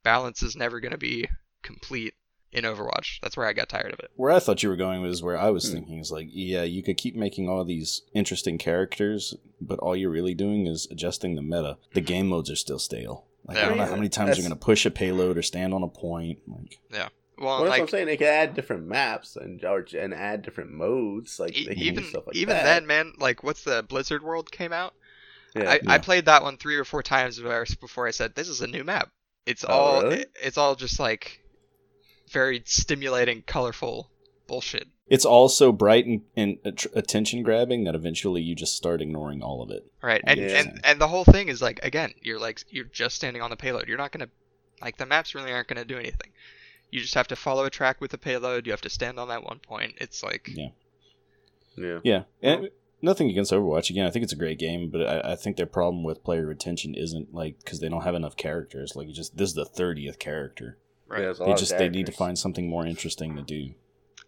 Balance is never going to be complete in Overwatch. That's where I got tired of it. Where I thought you were going was where I was Hmm. thinking is like, yeah, you could keep making all these interesting characters, but all you're really doing is adjusting the meta. The game modes are still stale. Like I Yeah. don't know how many times you're That's- gonna push a payload or stand on a point. Like Well, Well, that's what I'm like saying. They could add different maps and or, and add different modes. Like e- they can even do stuff like even that. then, man, like what's the Blizzard World came out? yeah. I, I Yeah. played that one three or four times before- before I said this is a new map. It's Oh, all really? it's all just like very stimulating, colorful bullshit. it's all so bright and, and att- attention grabbing that eventually you just start ignoring all of it. Right. And, Yeah. and and the whole thing is like again, you're like you're just standing on the payload. You're not gonna like the maps really aren't gonna do anything. You just have to follow a track with the payload. You have to stand on that one point. It's like Yeah. yeah. Yeah, and nothing against Overwatch. Again, I think it's a great game, but I, I think their problem with player retention isn't like because they don't have enough characters. Like, you just this is the thirtieth character. right. There's a They lot of just they need to characters. find something more interesting to do.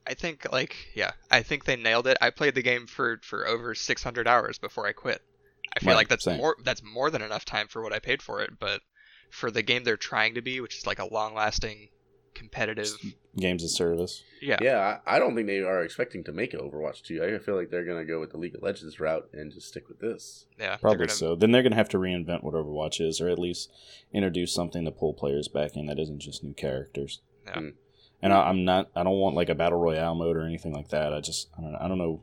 I think like yeah, I think they nailed it. I played the game for for over 600 hours before I quit. I feel Right, like that's same. more that's more than enough time for what I paid for it, but for the game they're trying to be, which is like a long-lasting competitive Games of service. yeah. Yeah, I, I don't think they are expecting to make an Overwatch 2. I feel like they're gonna go with the League of Legends route and just stick with this. Yeah. they're Probably gonna- so. Then they're going to have to reinvent what Overwatch is, or at least introduce something to pull players back in that isn't just new characters. Yeah. And I, I'm not. I don't want like a battle royale mode or anything like that. I just I don't. know- I don't know.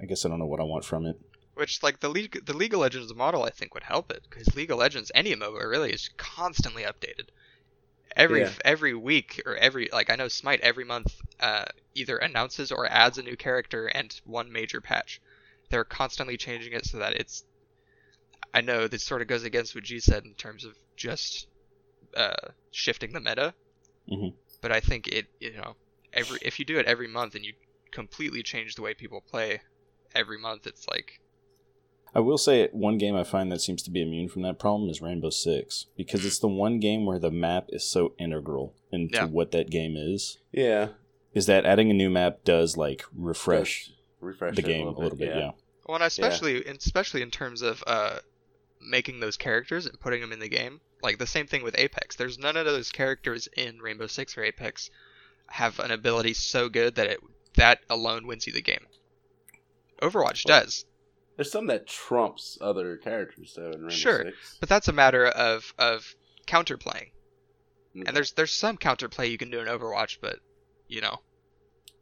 I guess I don't know what I want from it. Which like the League the League of Legends model I think would help it because League of Legends any MOBA really is constantly updated. Every Yeah. every week or every like I know Smite every month uh, either announces or adds a new character and one major patch. They're constantly changing it so that it's. I know this sort of goes against what G said in terms of just uh, shifting the meta, Mhm. but I think it you know every if you do it every month and you completely change the way people play every month, it's like I will say one game I find that seems to be immune from that problem is Rainbow Six because it's the one game where the map is so integral into Yeah. what that game is. Yeah. Is that adding a new map does like refresh Just refresh the it game a little bit? yeah. Well, and especially and especially in terms of uh, making those characters and putting them in the game. Like the same thing with Apex. There's none of those characters in Rainbow Six or Apex have an ability so good that it that alone wins you the game. Overwatch does, There's some that trumps other characters though in Rainbow Sure. Six. but that's a matter of of counterplaying. Mhm. And there's there's some counterplay you can do in Overwatch, but you know,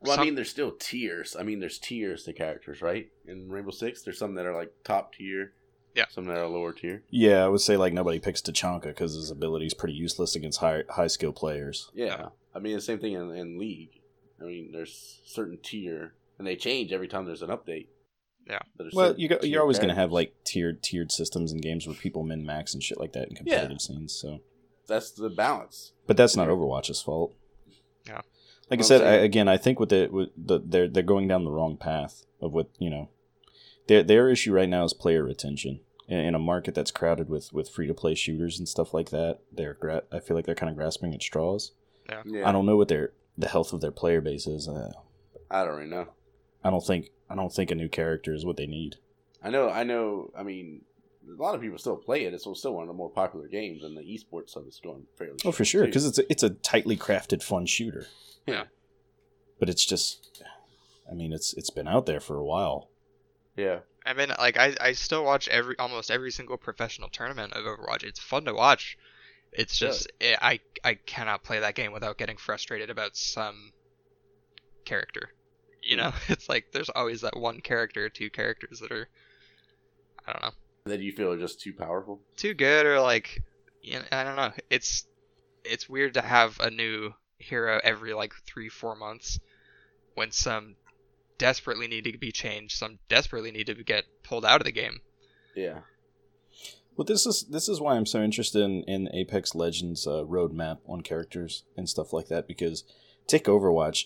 Well, I some- mean, there's still tiers. I mean, there's tiers to characters, right? In Rainbow Six, there's some that are like top tier. Yeah. Some that are lower tier. Yeah, I would say like nobody picks Tachanka because his ability is pretty useless against high high skill players. Yeah. Yeah. I mean, the same thing in, in League. I mean, there's certain tier, and they change every time there's an update. Yeah. But there's Well, certain you go, tier you're always going to have characters. like tiered tiered systems in games where people min max and shit like that in competitive scenes. So, that's the balance. but that's not Overwatch's fault. Yeah. Like I'm I said I, saying- again, I think with the, with the they're they're going down the wrong path of what you know. Their their issue right now is player retention in, in a market that's crowded with with free to play shooters and stuff like that. They're gra- I feel like they're kind of grasping at straws. Yeah, I don't know what their the health of their player base is. Uh, I don't really know. I don't think I don't think a new character is what they need. I know. I know. I mean, a lot of people still play it. It's still one of the more popular games, and the esports stuff is going fairly. Oh, for sure, strong, too. because it's a, it's a tightly crafted, fun shooter. Yeah. but it's just, I mean, it's it's been out there for a while. yeah, I mean, like I, I still watch every almost every single professional tournament of Overwatch. It's fun to watch. It's Yeah. just eh, I I cannot play that game without getting frustrated about some character. You know, it's like there's always that one character or two characters that are I don't know that you feel are just too powerful. too good or like you know, I don't know. It's it's weird to have a new hero every like three four months when some desperately need to be changed, some desperately need to get pulled out of the game. Yeah, Well, this is this is why I'm so interested in, in Apex Legends uh, roadmap on characters and stuff like that because take Overwatch.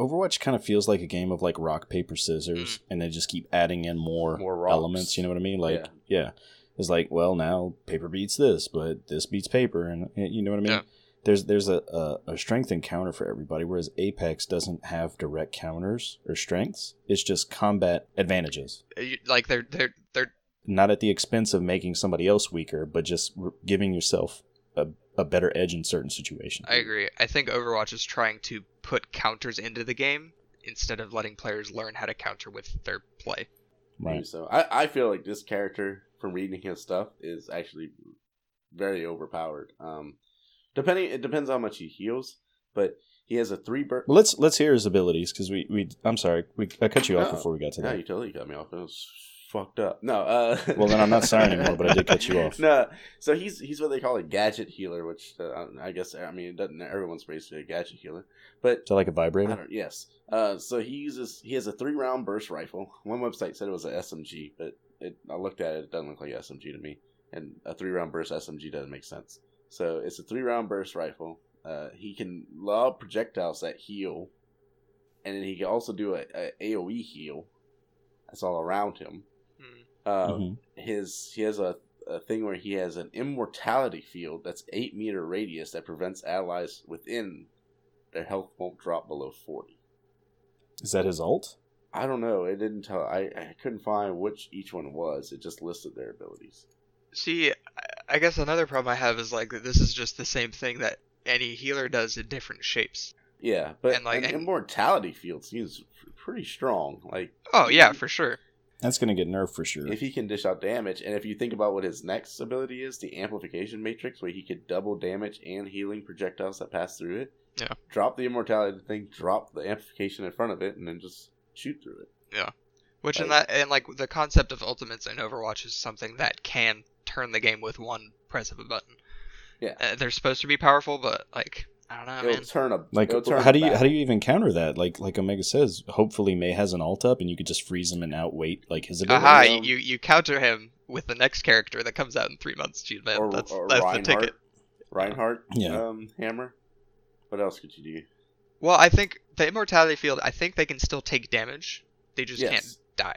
Overwatch kind of feels like a game of like rock paper scissors, and they just keep adding in more, More rocks. elements. You know what I mean? Like, yeah. it's like well now paper beats this, but this beats paper, and and you know what I mean. Yeah. There's there's a, a a strength and counter for everybody, whereas Apex doesn't have direct counters or strengths. It's just combat advantages Uh, you- like they're they're they're not at the expense of making somebody else weaker, but just r- giving yourself a, a better edge in certain situations. I agree. I think Overwatch is trying to put counters into the game instead of letting players learn how to counter with their play. Right. So I, I feel like this character from reading his stuff is actually very overpowered. Um, depending it depends how much he heals, but he has a three burst. Well, let's let's hear his abilities because we, we I'm sorry we I cut you off No. before we got to No, that. you totally cut me off. It was fucked up. No. Uh, Well, then I'm not sorry anymore, but I did cut you off. No. So he's he's what they call a gadget healer, which uh, I guess I mean it doesn't everyone's basically a gadget healer, but Is that like a I vibrator? don't, yes. Uh, so he uses he has a three round burst rifle. One website said it was a SMG, but it, I looked at it; it doesn't look like a SMG to me. And a three round burst SMG doesn't make sense. So it's a three round burst rifle. Uh, he can lob projectiles that heal, and then he can also do a, a AOE heal. That's all around him. Hmm. Uh, Mhm. His he has a, a thing where he has an immortality field that's eight meter radius that prevents allies within their health won't drop below forty. Is that his alt? I don't know. It didn't tell. I, I couldn't find which each one was. It just listed their abilities. See, I- I guess another problem I have is like that this is just the same thing that any healer does in different shapes. Yeah, but And, like, an and- immortality field seems pretty strong. Like Oh yeah, for sure. That's gonna get nerfed for sure. if he can dish out damage, and if you think about what his next ability is, the amplification matrix, where he could double damage and healing projectiles that pass through it. Yeah. Drop the immortality thing. Drop the amplification in front of it, and then just shoot through it. Which in that and like the concept of ultimates in Overwatch is something that can turn the game with one press of a button. Yeah. Uh, they're supposed to be powerful, but like I don't know, it'll man. turn a Like, it'll turn how do you back. how do you even counter that? Like, like Omega says, hopefully May has an alt up, and you could just freeze him and outweight like his ability. Aha! um, You you counter him with the next character that comes out in three months, dude. Man, or, that's or that's Reinhardt, the ticket. Reinhardt, Yeah. um, hammer. What else could you do? Well, I think the immortality field. I think they can still take damage. They just Yes. can't die.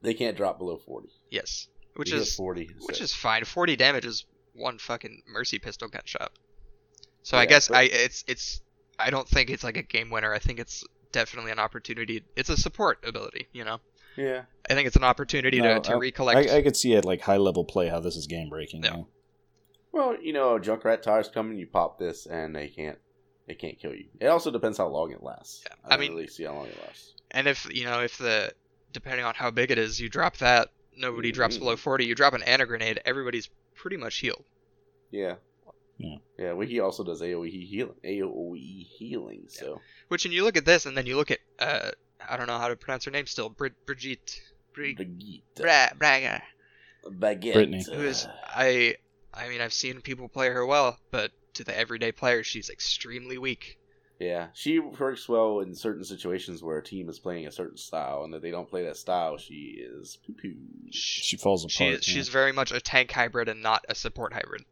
They can't drop below forty. Yes, which You hit is forty. which so- is fine. Forty damage is one fucking mercy pistol gunshot. So I Yeah, guess but- I it's it's I don't think it's like a game winner. I think it's definitely an opportunity. It's a support ability, you know. yeah. I think it's an opportunity No, to, to I- recollect. I, I could see at like high level play how this is game breaking. Yeah. you know? Well, you know, Junkrat tire's coming. You pop this, and they can't they can't kill you. It also depends how long it lasts. Yeah, I, I don't mean- really see how long it lasts. and if you know if the depending on how big it is, you drop that. Nobody drops Mhm. below forty. You drop an anti grenade. Everybody's pretty much healed. Yeah. Yeah. Yeah, Wiki also does E AOE healing. AOE E healing. So Which and you look at this, and then you look at uh I don't know how to pronounce her name still. Brid- Brigitte. Brig- Brigitte, Bra- Braga. baguette. Brittany. who is I I mean I've seen people play her well, but to the everyday player she's extremely weak. Yeah, she works well in certain situations where a team is playing a certain style, and if they don't play that style, she is poo poo. She, She falls apart. she yeah. she's very much a tank hybrid and not a support hybrid.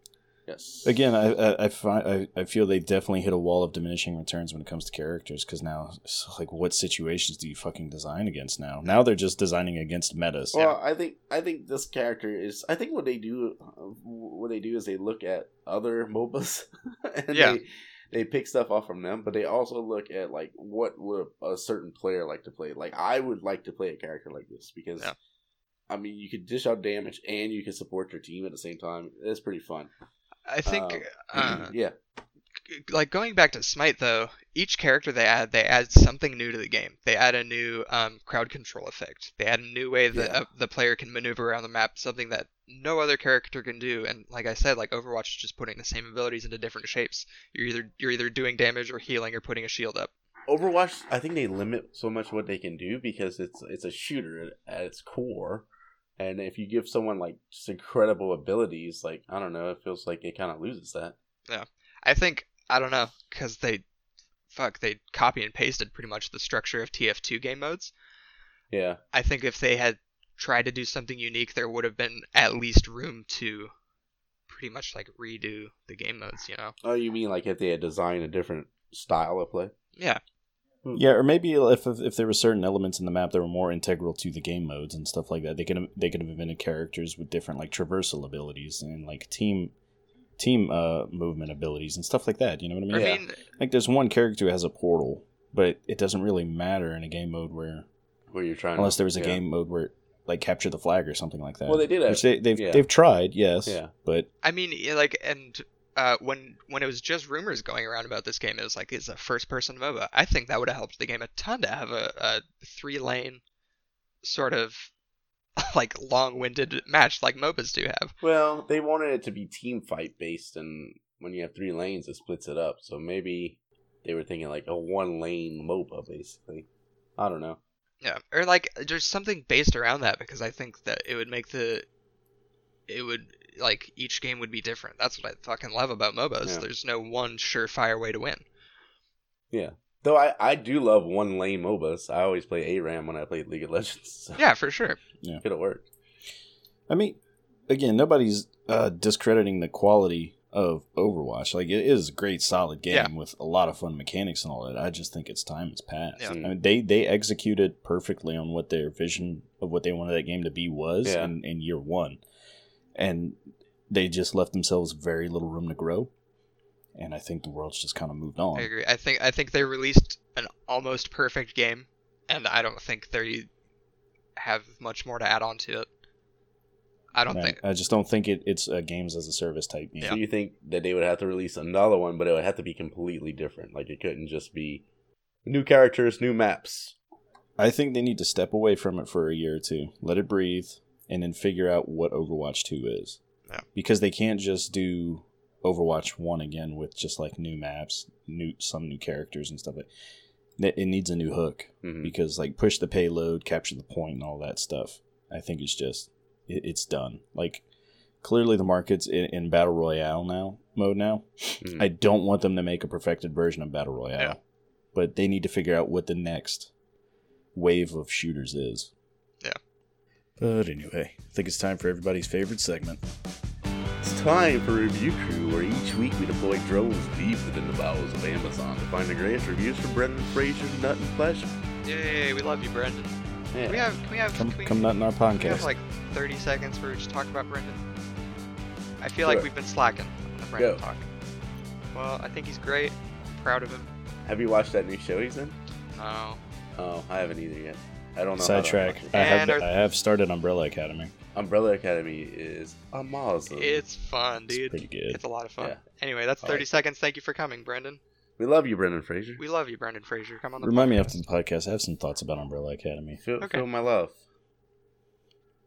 Yes. Again, I I, I, find, I I feel they definitely hit a wall of diminishing returns when it comes to characters because now, it's like, what situations do you fucking design against now? Now they're just designing against metas. Well, I think I think this character is. I think what they do, uh, what they do is they look at other MOBAs, and Yeah. they, they pick stuff off from them. But they also look at like what would a certain player like to play. Like I would like to play a character like this because, Yeah. I mean, you could dish out damage and you can support your team at the same time. It's pretty fun. I think uh, yeah, g- like going back to Smite though, each character they add they add something new to the game. They add a new um, crowd control effect. They add a new way that Yeah. uh, the player can maneuver around the map, something that no other character can do. And like I said, like Overwatch is just putting the same abilities into different shapes. You're either you're either doing damage or healing or putting a shield up. Overwatch. I think they limit so much what they can do because it's it's a shooter at its core, and if you give someone like just incredible abilities, like I don't know, it feels like it kind of loses that. I think I don't know because they, fuck, they copy and pasted pretty much the structure of TF2 game modes. Yeah, I think if they had tried to do something unique, there would have been at least room to, pretty much like redo the game modes. You know? Oh, you mean like if they had designed a different style of play? Yeah. Yeah, or maybe if if there were certain elements in the map that were more integral to the game modes and stuff like that, they could they could have invented characters with different like traversal abilities and like team team uh movement abilities and stuff like that. You know what I mean? Or, Yeah. I mean, Like there's one character who has a portal, but it doesn't really matter in a game mode where Where you're trying, unless there was a yeah. game mode where like capture the flag or something like that. Well, they did Which have- they, they've yeah. they've tried, yes, Yeah. but I mean, yeah, like, and uh, when when it was just rumors going around about this game, it was like it's a first-person MOBA. I think that would have helped the game a ton to have a, a three-lane, sort of, like long-winded match like MOBAs do have. Well, they wanted it to be team fight based, and when you have three lanes, it splits it up. So maybe they were thinking like a one lane MOBA, basically. I don't know. Yeah, or like there's something based around that because I think that it would make the it would like each game would be different. That's what I fucking love about MOBAs. Yeah. There's no one surefire way to win. Though I, I do love one lane MOBAs. I always play ARAM when I played League of Legends. So Yeah, for sure. it'll work. I mean, again, nobody's uh, discrediting the quality of Overwatch. Like, it is a great, solid game Yeah. with a lot of fun mechanics and all that. I just think its time has passed. Yeah. I mean, they they executed perfectly on what their vision of what they wanted that game to be was Yeah. in, in year one, and they just left themselves very little room to grow. And I think the world's just kind of moved on. I agree. I think I think they released an almost perfect game, and I don't think they have much more to add on to it. I don't And think. I just don't think it, it's a games as a service type game. So you think that they would have to release another one, but it would have to be completely different. Like it couldn't just be new characters, new maps. I think they need to step away from it for a year or two, let it breathe, and then figure out what Overwatch 2 is. Yeah. Because they can't just do Overwatch 1 again with just like new maps, new some new characters and stuff like it it needs a new hook Mhm. because like push the payload, capture the point, and all that stuff. I think it's just it, it's done. Like clearly the market's in, in battle royale now mode now. Mhm. I don't want them to make a perfected version of battle royale, Mm. Yeah. but they need to figure out what the next wave of shooters is. Yeah. But anyway, I think it's time for everybody's favorite segment. It's time for Review Crew, where each week we deploy drones deep within the bowels of Amazon to find the greatest reviews for Brendan Fraser's Nut and Pleasure. Yay, we love you, Brendan. Can we have can we have Come can we, come nut in our can we have podcast. like 30 seconds for just talk about Brendan? I feel Sure. like we've been slacking on the Brendan Go. talk. Well, I think he's great. proud of him. Have you watched that new show he's in? No. Oh, I haven't either yet. I don't know. how to Sidetrack. watch it. I have And our- I have started Umbrella Academy. Umbrella Academy is amazing. It's fun, It's dude. pretty good. It's a lot of fun. Yeah. Anyway, that's All 30 right. seconds. Thank you for coming, Brendan. we love you, Brendan Fraser. We love you, Brendan Fraser. Come on the Remind me podcast. after the podcast. I have some thoughts about Umbrella Academy. Feel, Okay. feel my love.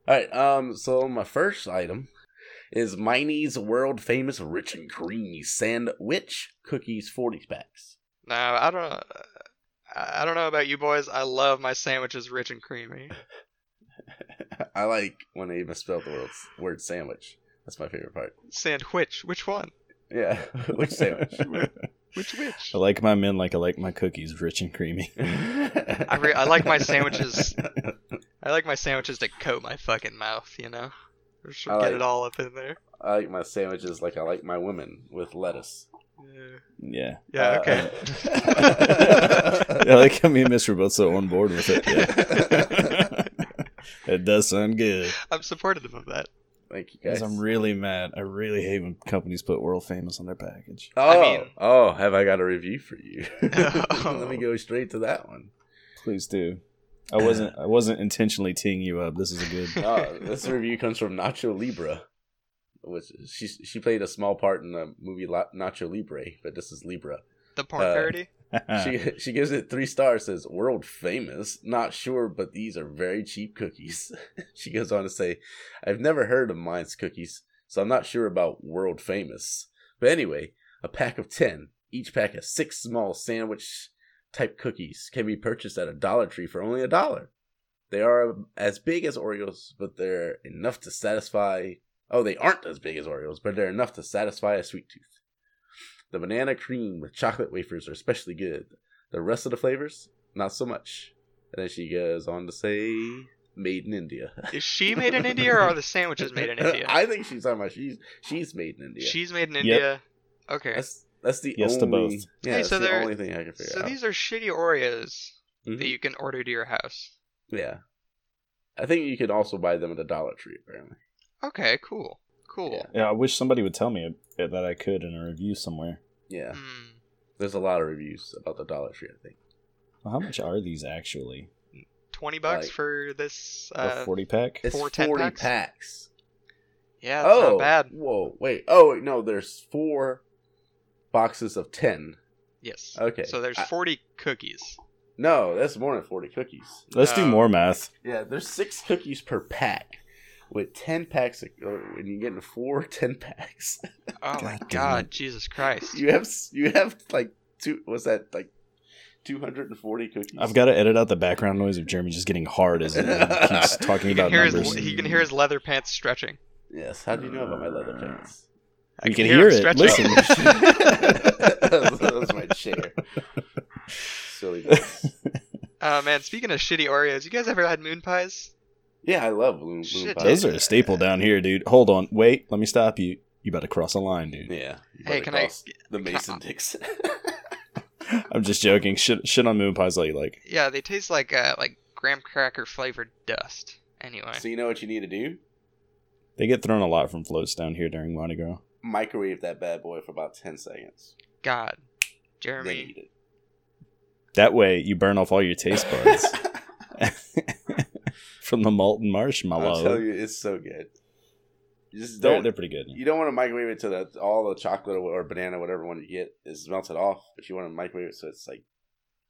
All right. Um. So my first item is Miney's world famous rich and creamy sandwich cookies forty packs. No, I don't. Uh, I I don't know about you boys. I love my sandwiches rich and creamy. I like when they misspell the word, word sandwich. That's my favorite part. Sandwich. Which one? Yeah, which sandwich? Which which? I like my men like I like my cookies, rich and creamy. I, re- I like my sandwiches- I like my sandwiches to coat my fucking mouth. You know, Just I get like- it all up in there. I like my sandwiches like I like my women with lettuce. Yeah. Yeah. um, Yeah. Uh, okay. Yeah, like me and Mister are both so on board with it. Yeah. it does sound good. I'm supportive of that. Thank you guys. Because I'm really mad. I really hate when companies put world famous on their package. oh, I mean- oh, have I got a review for you? Let me go straight to that one. Please do. I wasn't I wasn't intentionally teeing you up. This is a good Oh, this review comes from Nacho Libra. Which she she played a small part in the movie La- Nacho Libre, but this is Libra. The porn Uh, parody. Ah. she she gives it three stars. Says world famous. Not sure, but these are very cheap cookies. she goes on to say, "I've never heard of mine's cookies, so I'm not sure about world famous." But anyway, a pack of ten. Each pack has six small sandwich type cookies. Can be purchased at a Dollar Tree for only a dollar. They are as big as Oreos, but they're enough to satisfy. Oh, they aren't as big as Oreos, but they're enough to satisfy a sweet tooth. The banana cream with chocolate wafers are especially good. The rest of the flavors, not so much. And then she goes on to say, "Made in India." Is she made in India or are the sandwiches made in India? I think she's talking about she's she's made in India. She's made in India. Okay. that's that's the Yes to only both. yeah. Hey, that's so the they're- only thing I can figure So out. these are shitty Oreos Mhm. that you can order to your house. Yeah, I think you can also buy them at the Dollar Tree apparently. Okay, cool. Cool. Yeah, I wish somebody would tell me that I could in a review somewhere. Yeah, Hmm. there's a lot of reviews about the Dollar Tree. I think Well, how much are these actually? 20 bucks Like- for this A uh, 40 pack? it's Four 10 forty packs? packs. yeah, that's oh, not bad. whoa, wait. Oh, wait, no, there's four boxes of ten. Yes. Okay. So there's I- 40 cookies. No, that's more than forty cookies. Let's do No. more math. Yeah, there's six cookies per pack. With 10 packs, of, uh, and you're getting four 10 packs. Oh God my damn god, it. Jesus Christ. You have you have like two. What's that like? 240 cookies. I've got to edit out the background noise of Jeremy just getting hard as he keeps talking You about can, hear numbers. his, you can hear his leather pants stretching. Yes. How do you know about my Uh, leather pants? I You can hear him it. stretching. Listen. that, was, that was my chair. Silly. goose. Oh man, speaking of shitty Oreos, you guys ever had moon pies? Yeah, I love Bloom, Bloom Shit, Pie. Those are a staple down here, dude. Hold on. Wait, let me stop you. You about to cross a line, dude. Yeah. you Hey, brought can I- across The Mason Dixon. I'm just joking. Shit, shit on moon pies, like, like Yeah, they taste like uh, like graham cracker flavored dust. Anyway. so you know what you need to do? they get thrown a lot from floats down here during Mardi Gras. Microwave that bad boy for about 10 seconds. God. Then Jeremy. eat it. That way, you burn off all your taste buds from the molten marshmallow. I'll tell you, it's so good. You just they're, don't. they're pretty good. you don't want to microwave it so that all the chocolate or banana, whatever one you get, is melted off. But you want to microwave it so it's like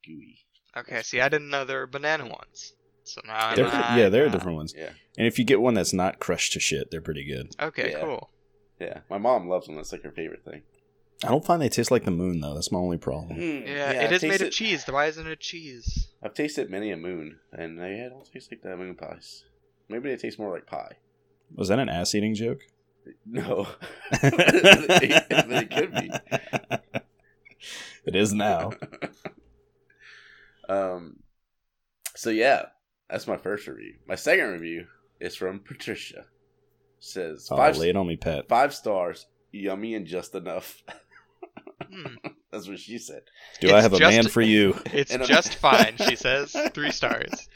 gooey. Okay, see, I didn't know there were banana ones. So now I'm They're- not- yeah, there are uh, different ones. Yeah, And if you get one that's not crushed to shit, they're pretty good. Okay, Yeah. cool. yeah. My mom loves them. That's like her favorite thing. I don't find they taste like the moon though. That's my only problem. Mm, Yeah, it I've is made tasted- of cheese. Why isn't it cheese? I've tasted many a moon, and they don't taste like that moon pies. Maybe they taste more like pie. Was that an ass eating joke? No, they, they could be. It is now. um, so yeah, that's my first review. My second review is from Patricia. Says Oh, five lay it on me, pet. five stars, yummy and just enough. Hmm. that's what she said. Do It's I have a just- man for you? It's And I'm- just fine, she says. Three stars.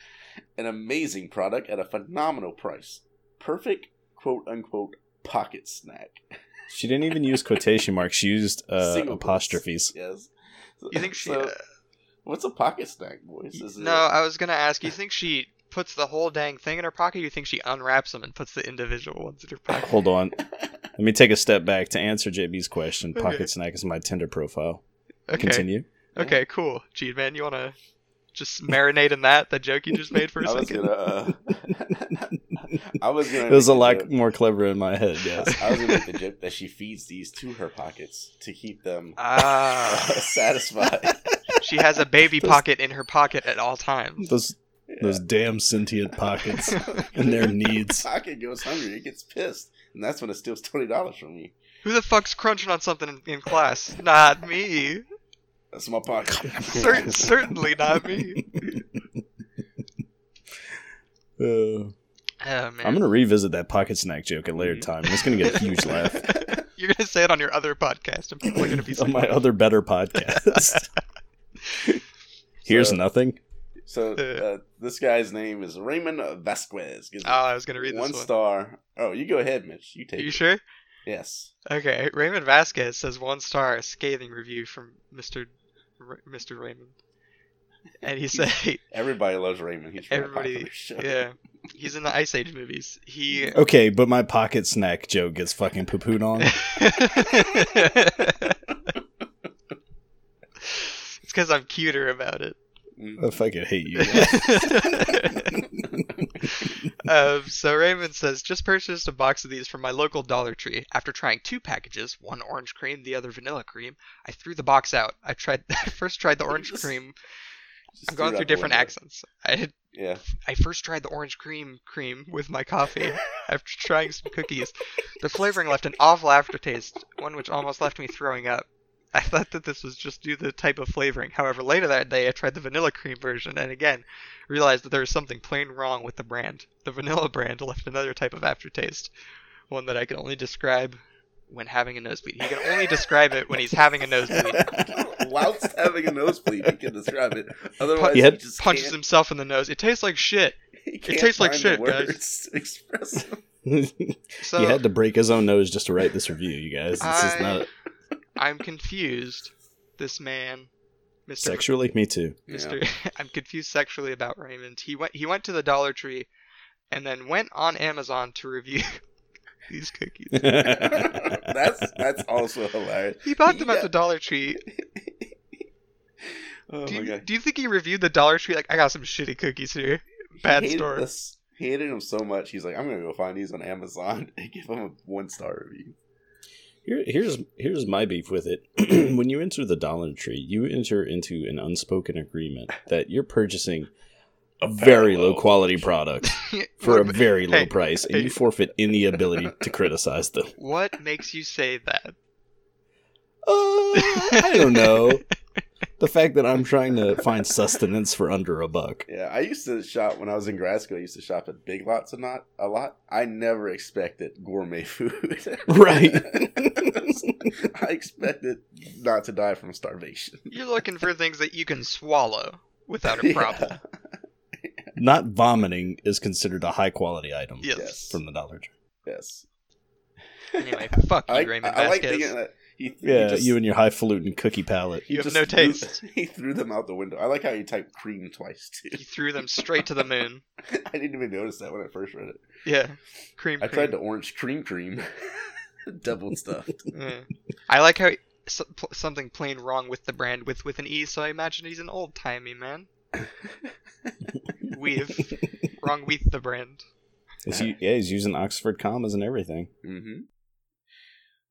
An amazing product at a phenomenal price. Perfect quote unquote pocket snack. She didn't even use quotation marks. She used uh, Single quotes. apostrophes. Yes. You think she? So, uh, what's a pocket snack, boys? Is it- no, I was gonna ask. You think she puts the whole dang thing in her pocket? You think she unwraps them and puts the individual ones in her pocket? Hold on. Let me take a step back to answer JB's question. Pocket Okay. Snack is my Tinder profile. Okay. Continue. Okay. Cool. Gee, man, you wanna just marinate in that? The joke you just made for a I was second. gonna. Uh, I was gonna. It was a make lot joke. more clever in my head, yes. I was gonna make the joke that she feeds these to her pockets to keep them uh, Ah, satisfied. she has a baby Those- pocket in her pocket at all times. Those those damn sentient pockets and their needs. Pocket goes hungry, it gets pissed, and that's when it steals twenty dollars from me. Who the fuck's crunching on something in, in class? Not me. That's my pocket. Cer- certainly not me. Uh, Oh, man. I'm gonna revisit that pocket snack joke at later Mm-hmm. time. It's gonna get a huge laugh You're gonna say it on your other podcast, and people are gonna be so on my other better podcast. Here's So- nothing. So uh, this guy's name is Raymond Vasquez. Gives it Oh, I was gonna read this one one. star. Oh, you go ahead, Mitch. You Are take. you it. sure? Yes. Okay. Raymond Vasquez says one star, a scathing review from Mr. R- Mr. Raymond, and he said, Everybody loves Raymond. He's from a Everybody- popular show. "Yeah, he's in the Ice Age movies. He Okay, but my pocket snack joke gets fucking poo pooed on. it's because I'm cuter about it. Mm-hmm. I fucking hate you. um, so Raymond says, just purchased a box of these from my local Dollar Tree. After trying two packages, one orange cream, the other vanilla cream, I threw the box out. I tried I first tried the orange Just cream. Just I'm threw it going out through the different window. accents. I had, Yeah. I first tried the orange cream cream with my coffee after trying some cookies. The flavoring left an awful aftertaste, one which almost left me throwing up. I thought that this was just due to the type of flavoring. However, later that day, I tried the vanilla cream version and again realized that there was something plain wrong with the brand. The vanilla brand left another type of aftertaste, one that I can only describe when having a nosebleed. He can only describe it when he's having a nosebleed. Whilst having a nosebleed, he can describe it. Otherwise, He had- he just Punches can't- himself in the nose. It tastes like shit. He can't tastes like find shit, the guys. words to express it. he So had to break his own nose just to write this review, you guys. This is I- not I'm confused. This man, Mr. sexually. Me too. Mr. I'm confused sexually about Raymond. He went he went to the Dollar Tree and then went on Amazon to review these cookies. that's that's also hilarious. He bought them Yeah. at the Dollar Tree. Oh Do my you, god, do you think he reviewed the Dollar Tree like I got some shitty cookies here? Bad He hated store. this- He hated him so much. He's like, I'm gonna go find these on Amazon and give him a one star review. Here, here's here's my beef with it. when you enter the Dollar Tree, you enter into an unspoken agreement that you're purchasing a very low quality product for a What- very low hey, price, and hey. you forfeit any ability to criticize them. what makes you say that? Uh, I don't know. The fact that I'm trying to find sustenance for under a buck. Yeah, I used to shop when I was in grad school. I used to shop at Big Lots a lot. A lot. I never expected gourmet food. Right. I expected not to die from starvation. You're looking for things that you can swallow without a Yeah. problem. Not vomiting is considered a high quality item Yes. Yes. from the Dollar Tree. Yes. Anyway, fuck you, I, like, Raymond I like uh, Vasquez. thinking that he, he Yeah, just- you and your highfalutin cookie palate. he You have just no threw- taste. he threw them out the window. I like how you typed cream twice too. He threw them straight to the moon. I didn't even notice that when I first read it. Yeah, cream. I cream. tried the orange cream cream, double stuffed. Yeah. Mm. I like how s pl- something plain wrong with the brand with with an E, so I imagine he's an old timey man. We've wrong with the brand. Is he, yeah, he's using Oxford commas and everything. hmm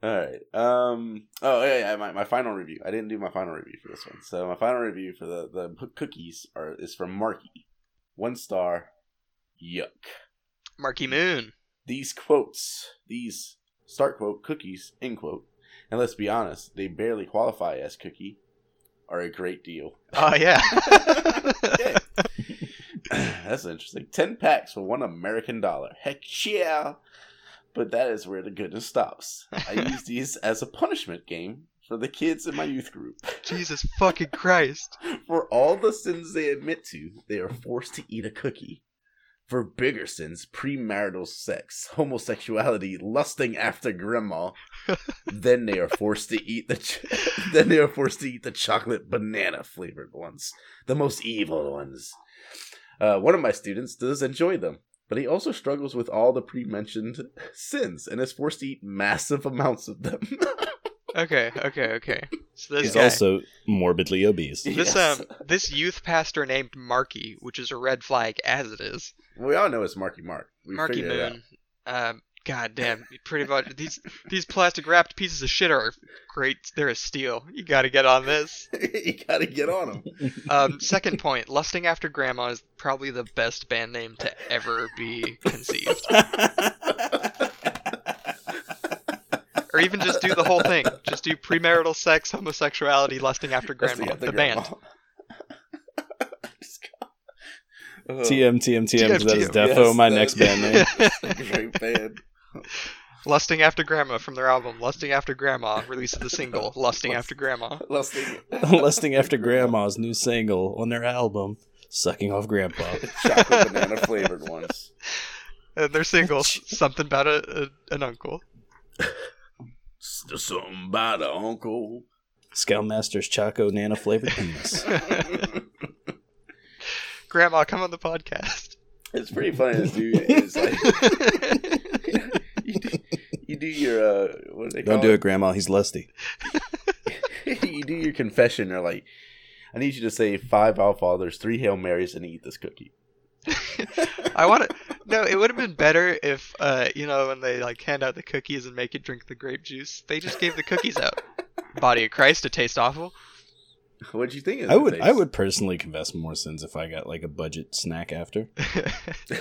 All right. Mm-hmm. Um. Oh yeah, yeah. My, my final review. I didn't do my final review for this one. So my final review for the the p- cookies are is from Marky. One star. Yuck. Marky Moon. These quotes. These start quote cookies end quote. And let's be honest, they barely qualify as cookie. Are a great deal. Oh yeah. Okay. That's interesting. Ten packs for one American dollar. Heck yeah! But that is where the goodness stops. I use these as a punishment game for the kids in my youth group. Jesus fucking Christ. For all the sins they admit to, they are forced to eat a cookie. For bigger sins, premarital sex, homosexuality, lusting after grandma, then they are forced to eat the ch- then they are forced to eat the chocolate banana flavored ones, the most evil ones. Uh, one of my students does enjoy them, but he also struggles with all the pre-mentioned sins and is forced to eat massive amounts of them. Okay, okay, okay. So this He's guy, also morbidly obese. this Yes. um this youth pastor named Marky, which is a red flag as it is. we all know it's Marky Mark. We Marky figured it out. Moon. Um God damn, pretty much these these plastic wrapped pieces of shit are great. They're a steal. You got to get on this. you gotta get on him. Um, second point, lusting after grandma is probably the best band name to ever be conceived, or even just do the whole thing. Just do premarital sex, homosexuality, lusting after grandma, the, band. Oh, TM, TM, TM. That is TM. defo my next band name. name. Great band. Lusting After Grandma from their album Lusting After Grandma, release of the single Lusting After Grandma. Lusting, Lusting after grandma's new single on their album, Sucking Off Grandpa. Chocolate banana flavored ones. And their single, Something About a, a, an Uncle. S- Something about an uncle. Scoutmaster's Choco Nana flavored penis. Grandma, come on the podcast. It's pretty funny. This dude is like, you, do, you do your uh, what do they Don't call do it, Grandma. He's lusty. you do your confession. They're like, I need you to say five Our Fathers, three Hail Marys, and eat this cookie. I want to. No, it would have been better if, uh, you know, when they like hand out the cookies and make you drink the grape juice, they just gave the cookies out. Body of Christ, it tastes awful. What'd you think? Of I the would, taste? I would personally confess more sins if I got like a budget snack after. It's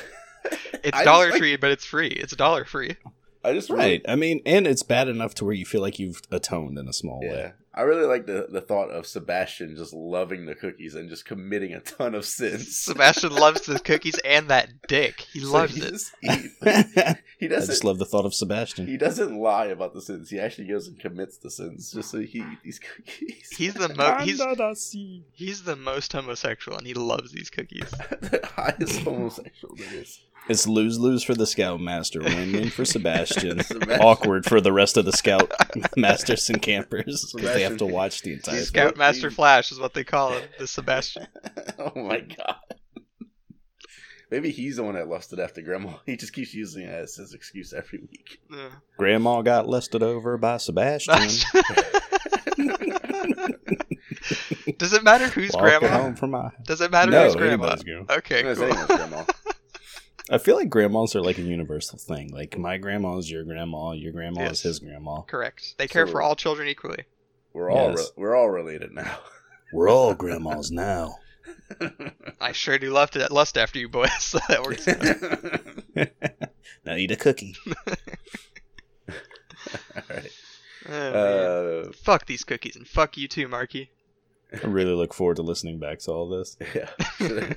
I Dollar just like- Tree, but it's free. It's dollar free. I just really- Right. I mean, and it's bad enough to where you feel like you've atoned in a small Yeah, way. I really like the the thought of Sebastian just loving the cookies and just committing a ton of sins. Sebastian loves the cookies and that dick. He So loves he it. just- he- I he just doesn't. love the thought of Sebastian. He doesn't lie about the sins. He actually goes and commits the sins just so he can eat these cookies. He's the mo- he's Andadasi. he's the most homosexual, and he loves these cookies. the highest homosexual there is. It's lose lose for the Scoutmaster, win win for Sebastian. Sebastian- Awkward for the rest of the Scout Masters and campers because they have to watch the entire. He's thing. Scoutmaster Fourteen. Flash is what they call him, the Sebastian. oh my god. Maybe he's the one that lusted after grandma. He just keeps using it as his excuse every week. Uh, Grandma got lusted over by Sebastian. uh, Does it matter who's Walking grandma? home from my. Does it matter No, who's grandma? anybody's grandma. Okay, That's cool. anyone's grandma. I feel like grandmas are like a universal thing. Like my grandma is your grandma, your grandma Yes. is his grandma. Correct. They care So- for all children equally. We're all Yes. re- we're all related now. We're all grandmas now. I sure do love to lust after you boys, so that works. out. Now eat a cookie. Alright. Oh, man. Uh, fuck these cookies, and fuck you too, Marky. I really look forward to listening back to all this. yeah. Should I,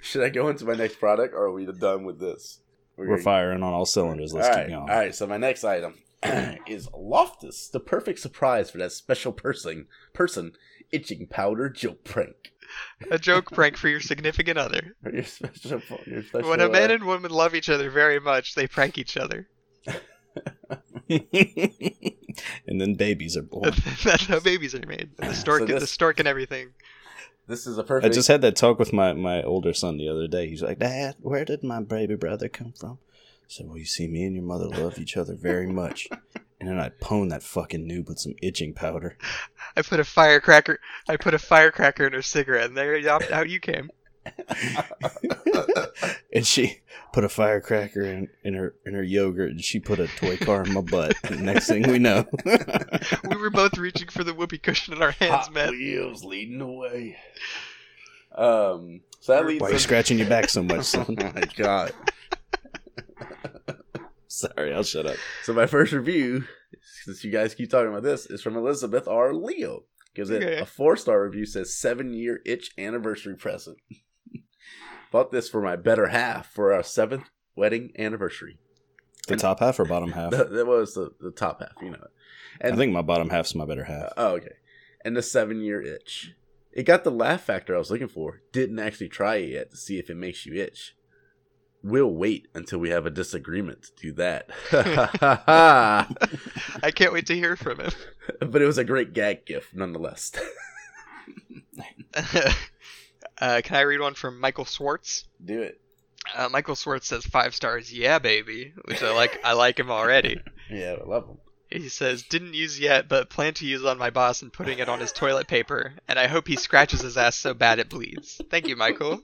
should I go into my next product or are we done with this? We're gonna- firing on all cylinders. Let's all keep right, going. All right, so my next item is Loftus, the perfect surprise for that special person, person itching powder joke prank. A joke prank for your significant other. Or your special, your special when a man uh, and woman love each other very much, they prank each other. and then babies are born. That's how babies are made. The stork, So the this- stork, and everything. this is a I perfect. just had that talk with my, my older son the other day. He's like, Dad, where did my baby brother come from? I said, Well, you see, me and your mother love each other very much. And then I pwned that fucking noob with some itching powder. I put a firecracker. I put a firecracker in her cigarette, and there you- out you came. and she put a firecracker in, in her in her yogurt, and she put a toy car in my butt. And next thing we know, we were both reaching for the whoopee cushion in our hands, Hot man. Wheels leading the way. Um, so that leads. why are you us- scratching your back so much, son? oh my god! Sorry, I'll shut up. So my first review, since you guys keep talking about this, is from Elizabeth R. Leo. Gives it Okay. a four star review. Says seven year itch anniversary present. Bought this for my better half for our seventh wedding anniversary. The top half or bottom half? That, that was the, the top half, you know. I think my bottom half's my better half. Oh, okay. And the seven year itch. It got the laugh factor I was looking for. Didn't actually try it yet to see if it makes you itch. We'll wait until we have a disagreement to do that. I can't wait to hear from him. but it was a great gag gift nonetheless. uh, can I read one from Michael Swartz? do it. Uh, Michael Swartz says five stars, yeah, baby, which I like. I like him already. Yeah, I love them. He says didn't use yet, but plan to use on my boss and putting it on his toilet paper, and I hope he scratches his ass so bad it bleeds. Thank you, Michael.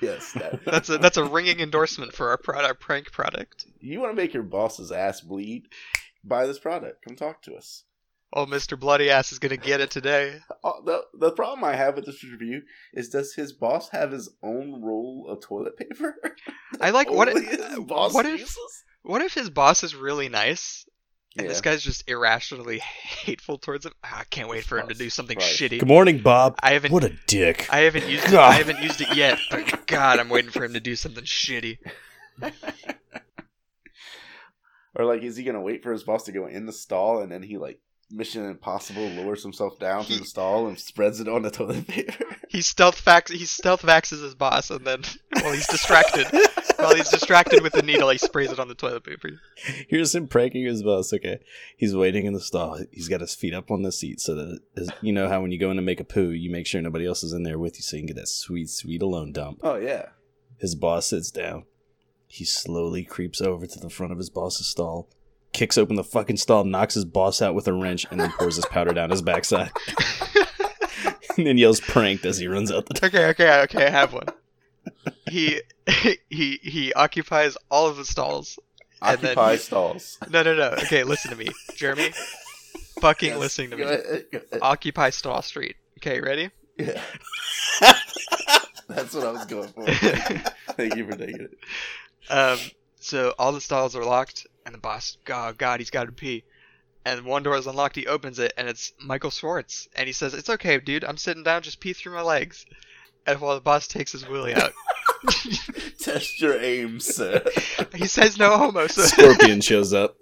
Yes. that- That's a that's a ringing endorsement for our product, our prank product. you want to make your boss's ass bleed? Buy this product. Come talk to us. Oh, Mr. Bloody Ass is gonna get it today. Uh, the the problem I have with this review is does his boss have his own roll of toilet paper? I like what. Only his boss what if- uses? What if his boss is really nice, and Yeah. this guy's just irrationally hateful towards him? Ah, I can't wait for him to do something Christ. shitty. Good morning, Bob. I haven't What a dick. I haven't used it. God. I haven't used it yet, but God, I'm waiting for him to do something shitty. Or like, is he gonna wait for his boss to go in the stall and then he like Mission Impossible lowers himself down from the stall and spreads it on the toilet paper? He stealth fax. He stealth faxes his boss, and then while he's distracted, while he's distracted with the needle, he sprays it on the toilet paper. Here's him pranking his boss. Okay, he's waiting in the stall. He's got his feet up on the seat so that his, you know how when you go in to make a poo, you make sure nobody else is in there with you so you can get that sweet, sweet alone dump. oh yeah. His boss sits down. He slowly creeps over to the front of his boss's stall, kicks open the fucking stall, knocks his boss out with a wrench, and then pours his powder down his backside. and then yells pranked as he runs out the door. Okay, okay, okay. I have one. He he he occupies all of the stalls. And then- Occupy stalls. No, no, no. Okay, listen to me, Jeremy. Fucking listen to me. Occupy Stall Street. Okay, ready? Yeah. That's what I was going for. Thank you for taking it. Um, so all the stalls are locked, and the boss, oh god, he's got to pee. And one door is unlocked. He opens it, and it's Michael Schwartz. And he says, "It's okay, dude. I'm sitting down. Just pee through my legs." And while the boss takes his willy out, Test your aim, sir. he says, "No homo." So Scorpion shows up.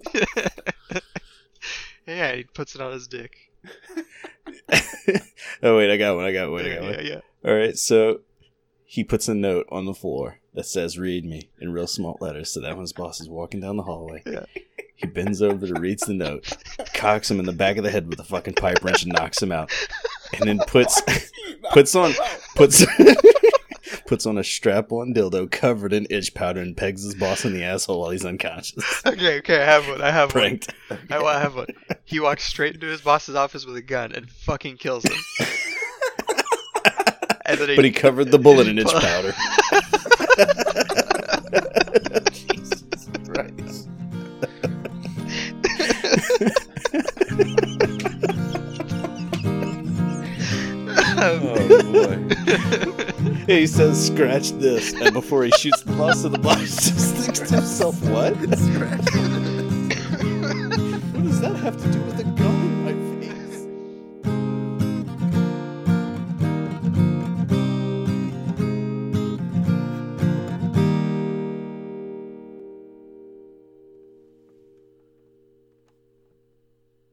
yeah, he puts it on his dick. Oh wait, I got one. I got one. I Yeah, got one. yeah, yeah. All right, so he puts a note on the floor that says "Read me" in real small letters. So that when his boss is walking down the hallway, Yeah. he bends over to reads the note, cocks him in the back of the head with a fucking pipe wrench and knocks him out, and then puts puts on puts puts on a strap-on dildo covered in itch powder and pegs his boss in the asshole while he's unconscious. Okay, okay. I have one. I have one. Pranked. I I have one. He walks straight into his boss's office with a gun and fucking kills him. and then he, But he covered the bullet in itch But- powder. Jesus Christ. Oh boy. He says, "Scratch this," and before he shoots the boss, the boss just thinks to himself, "What?" Scratch. What does that have to do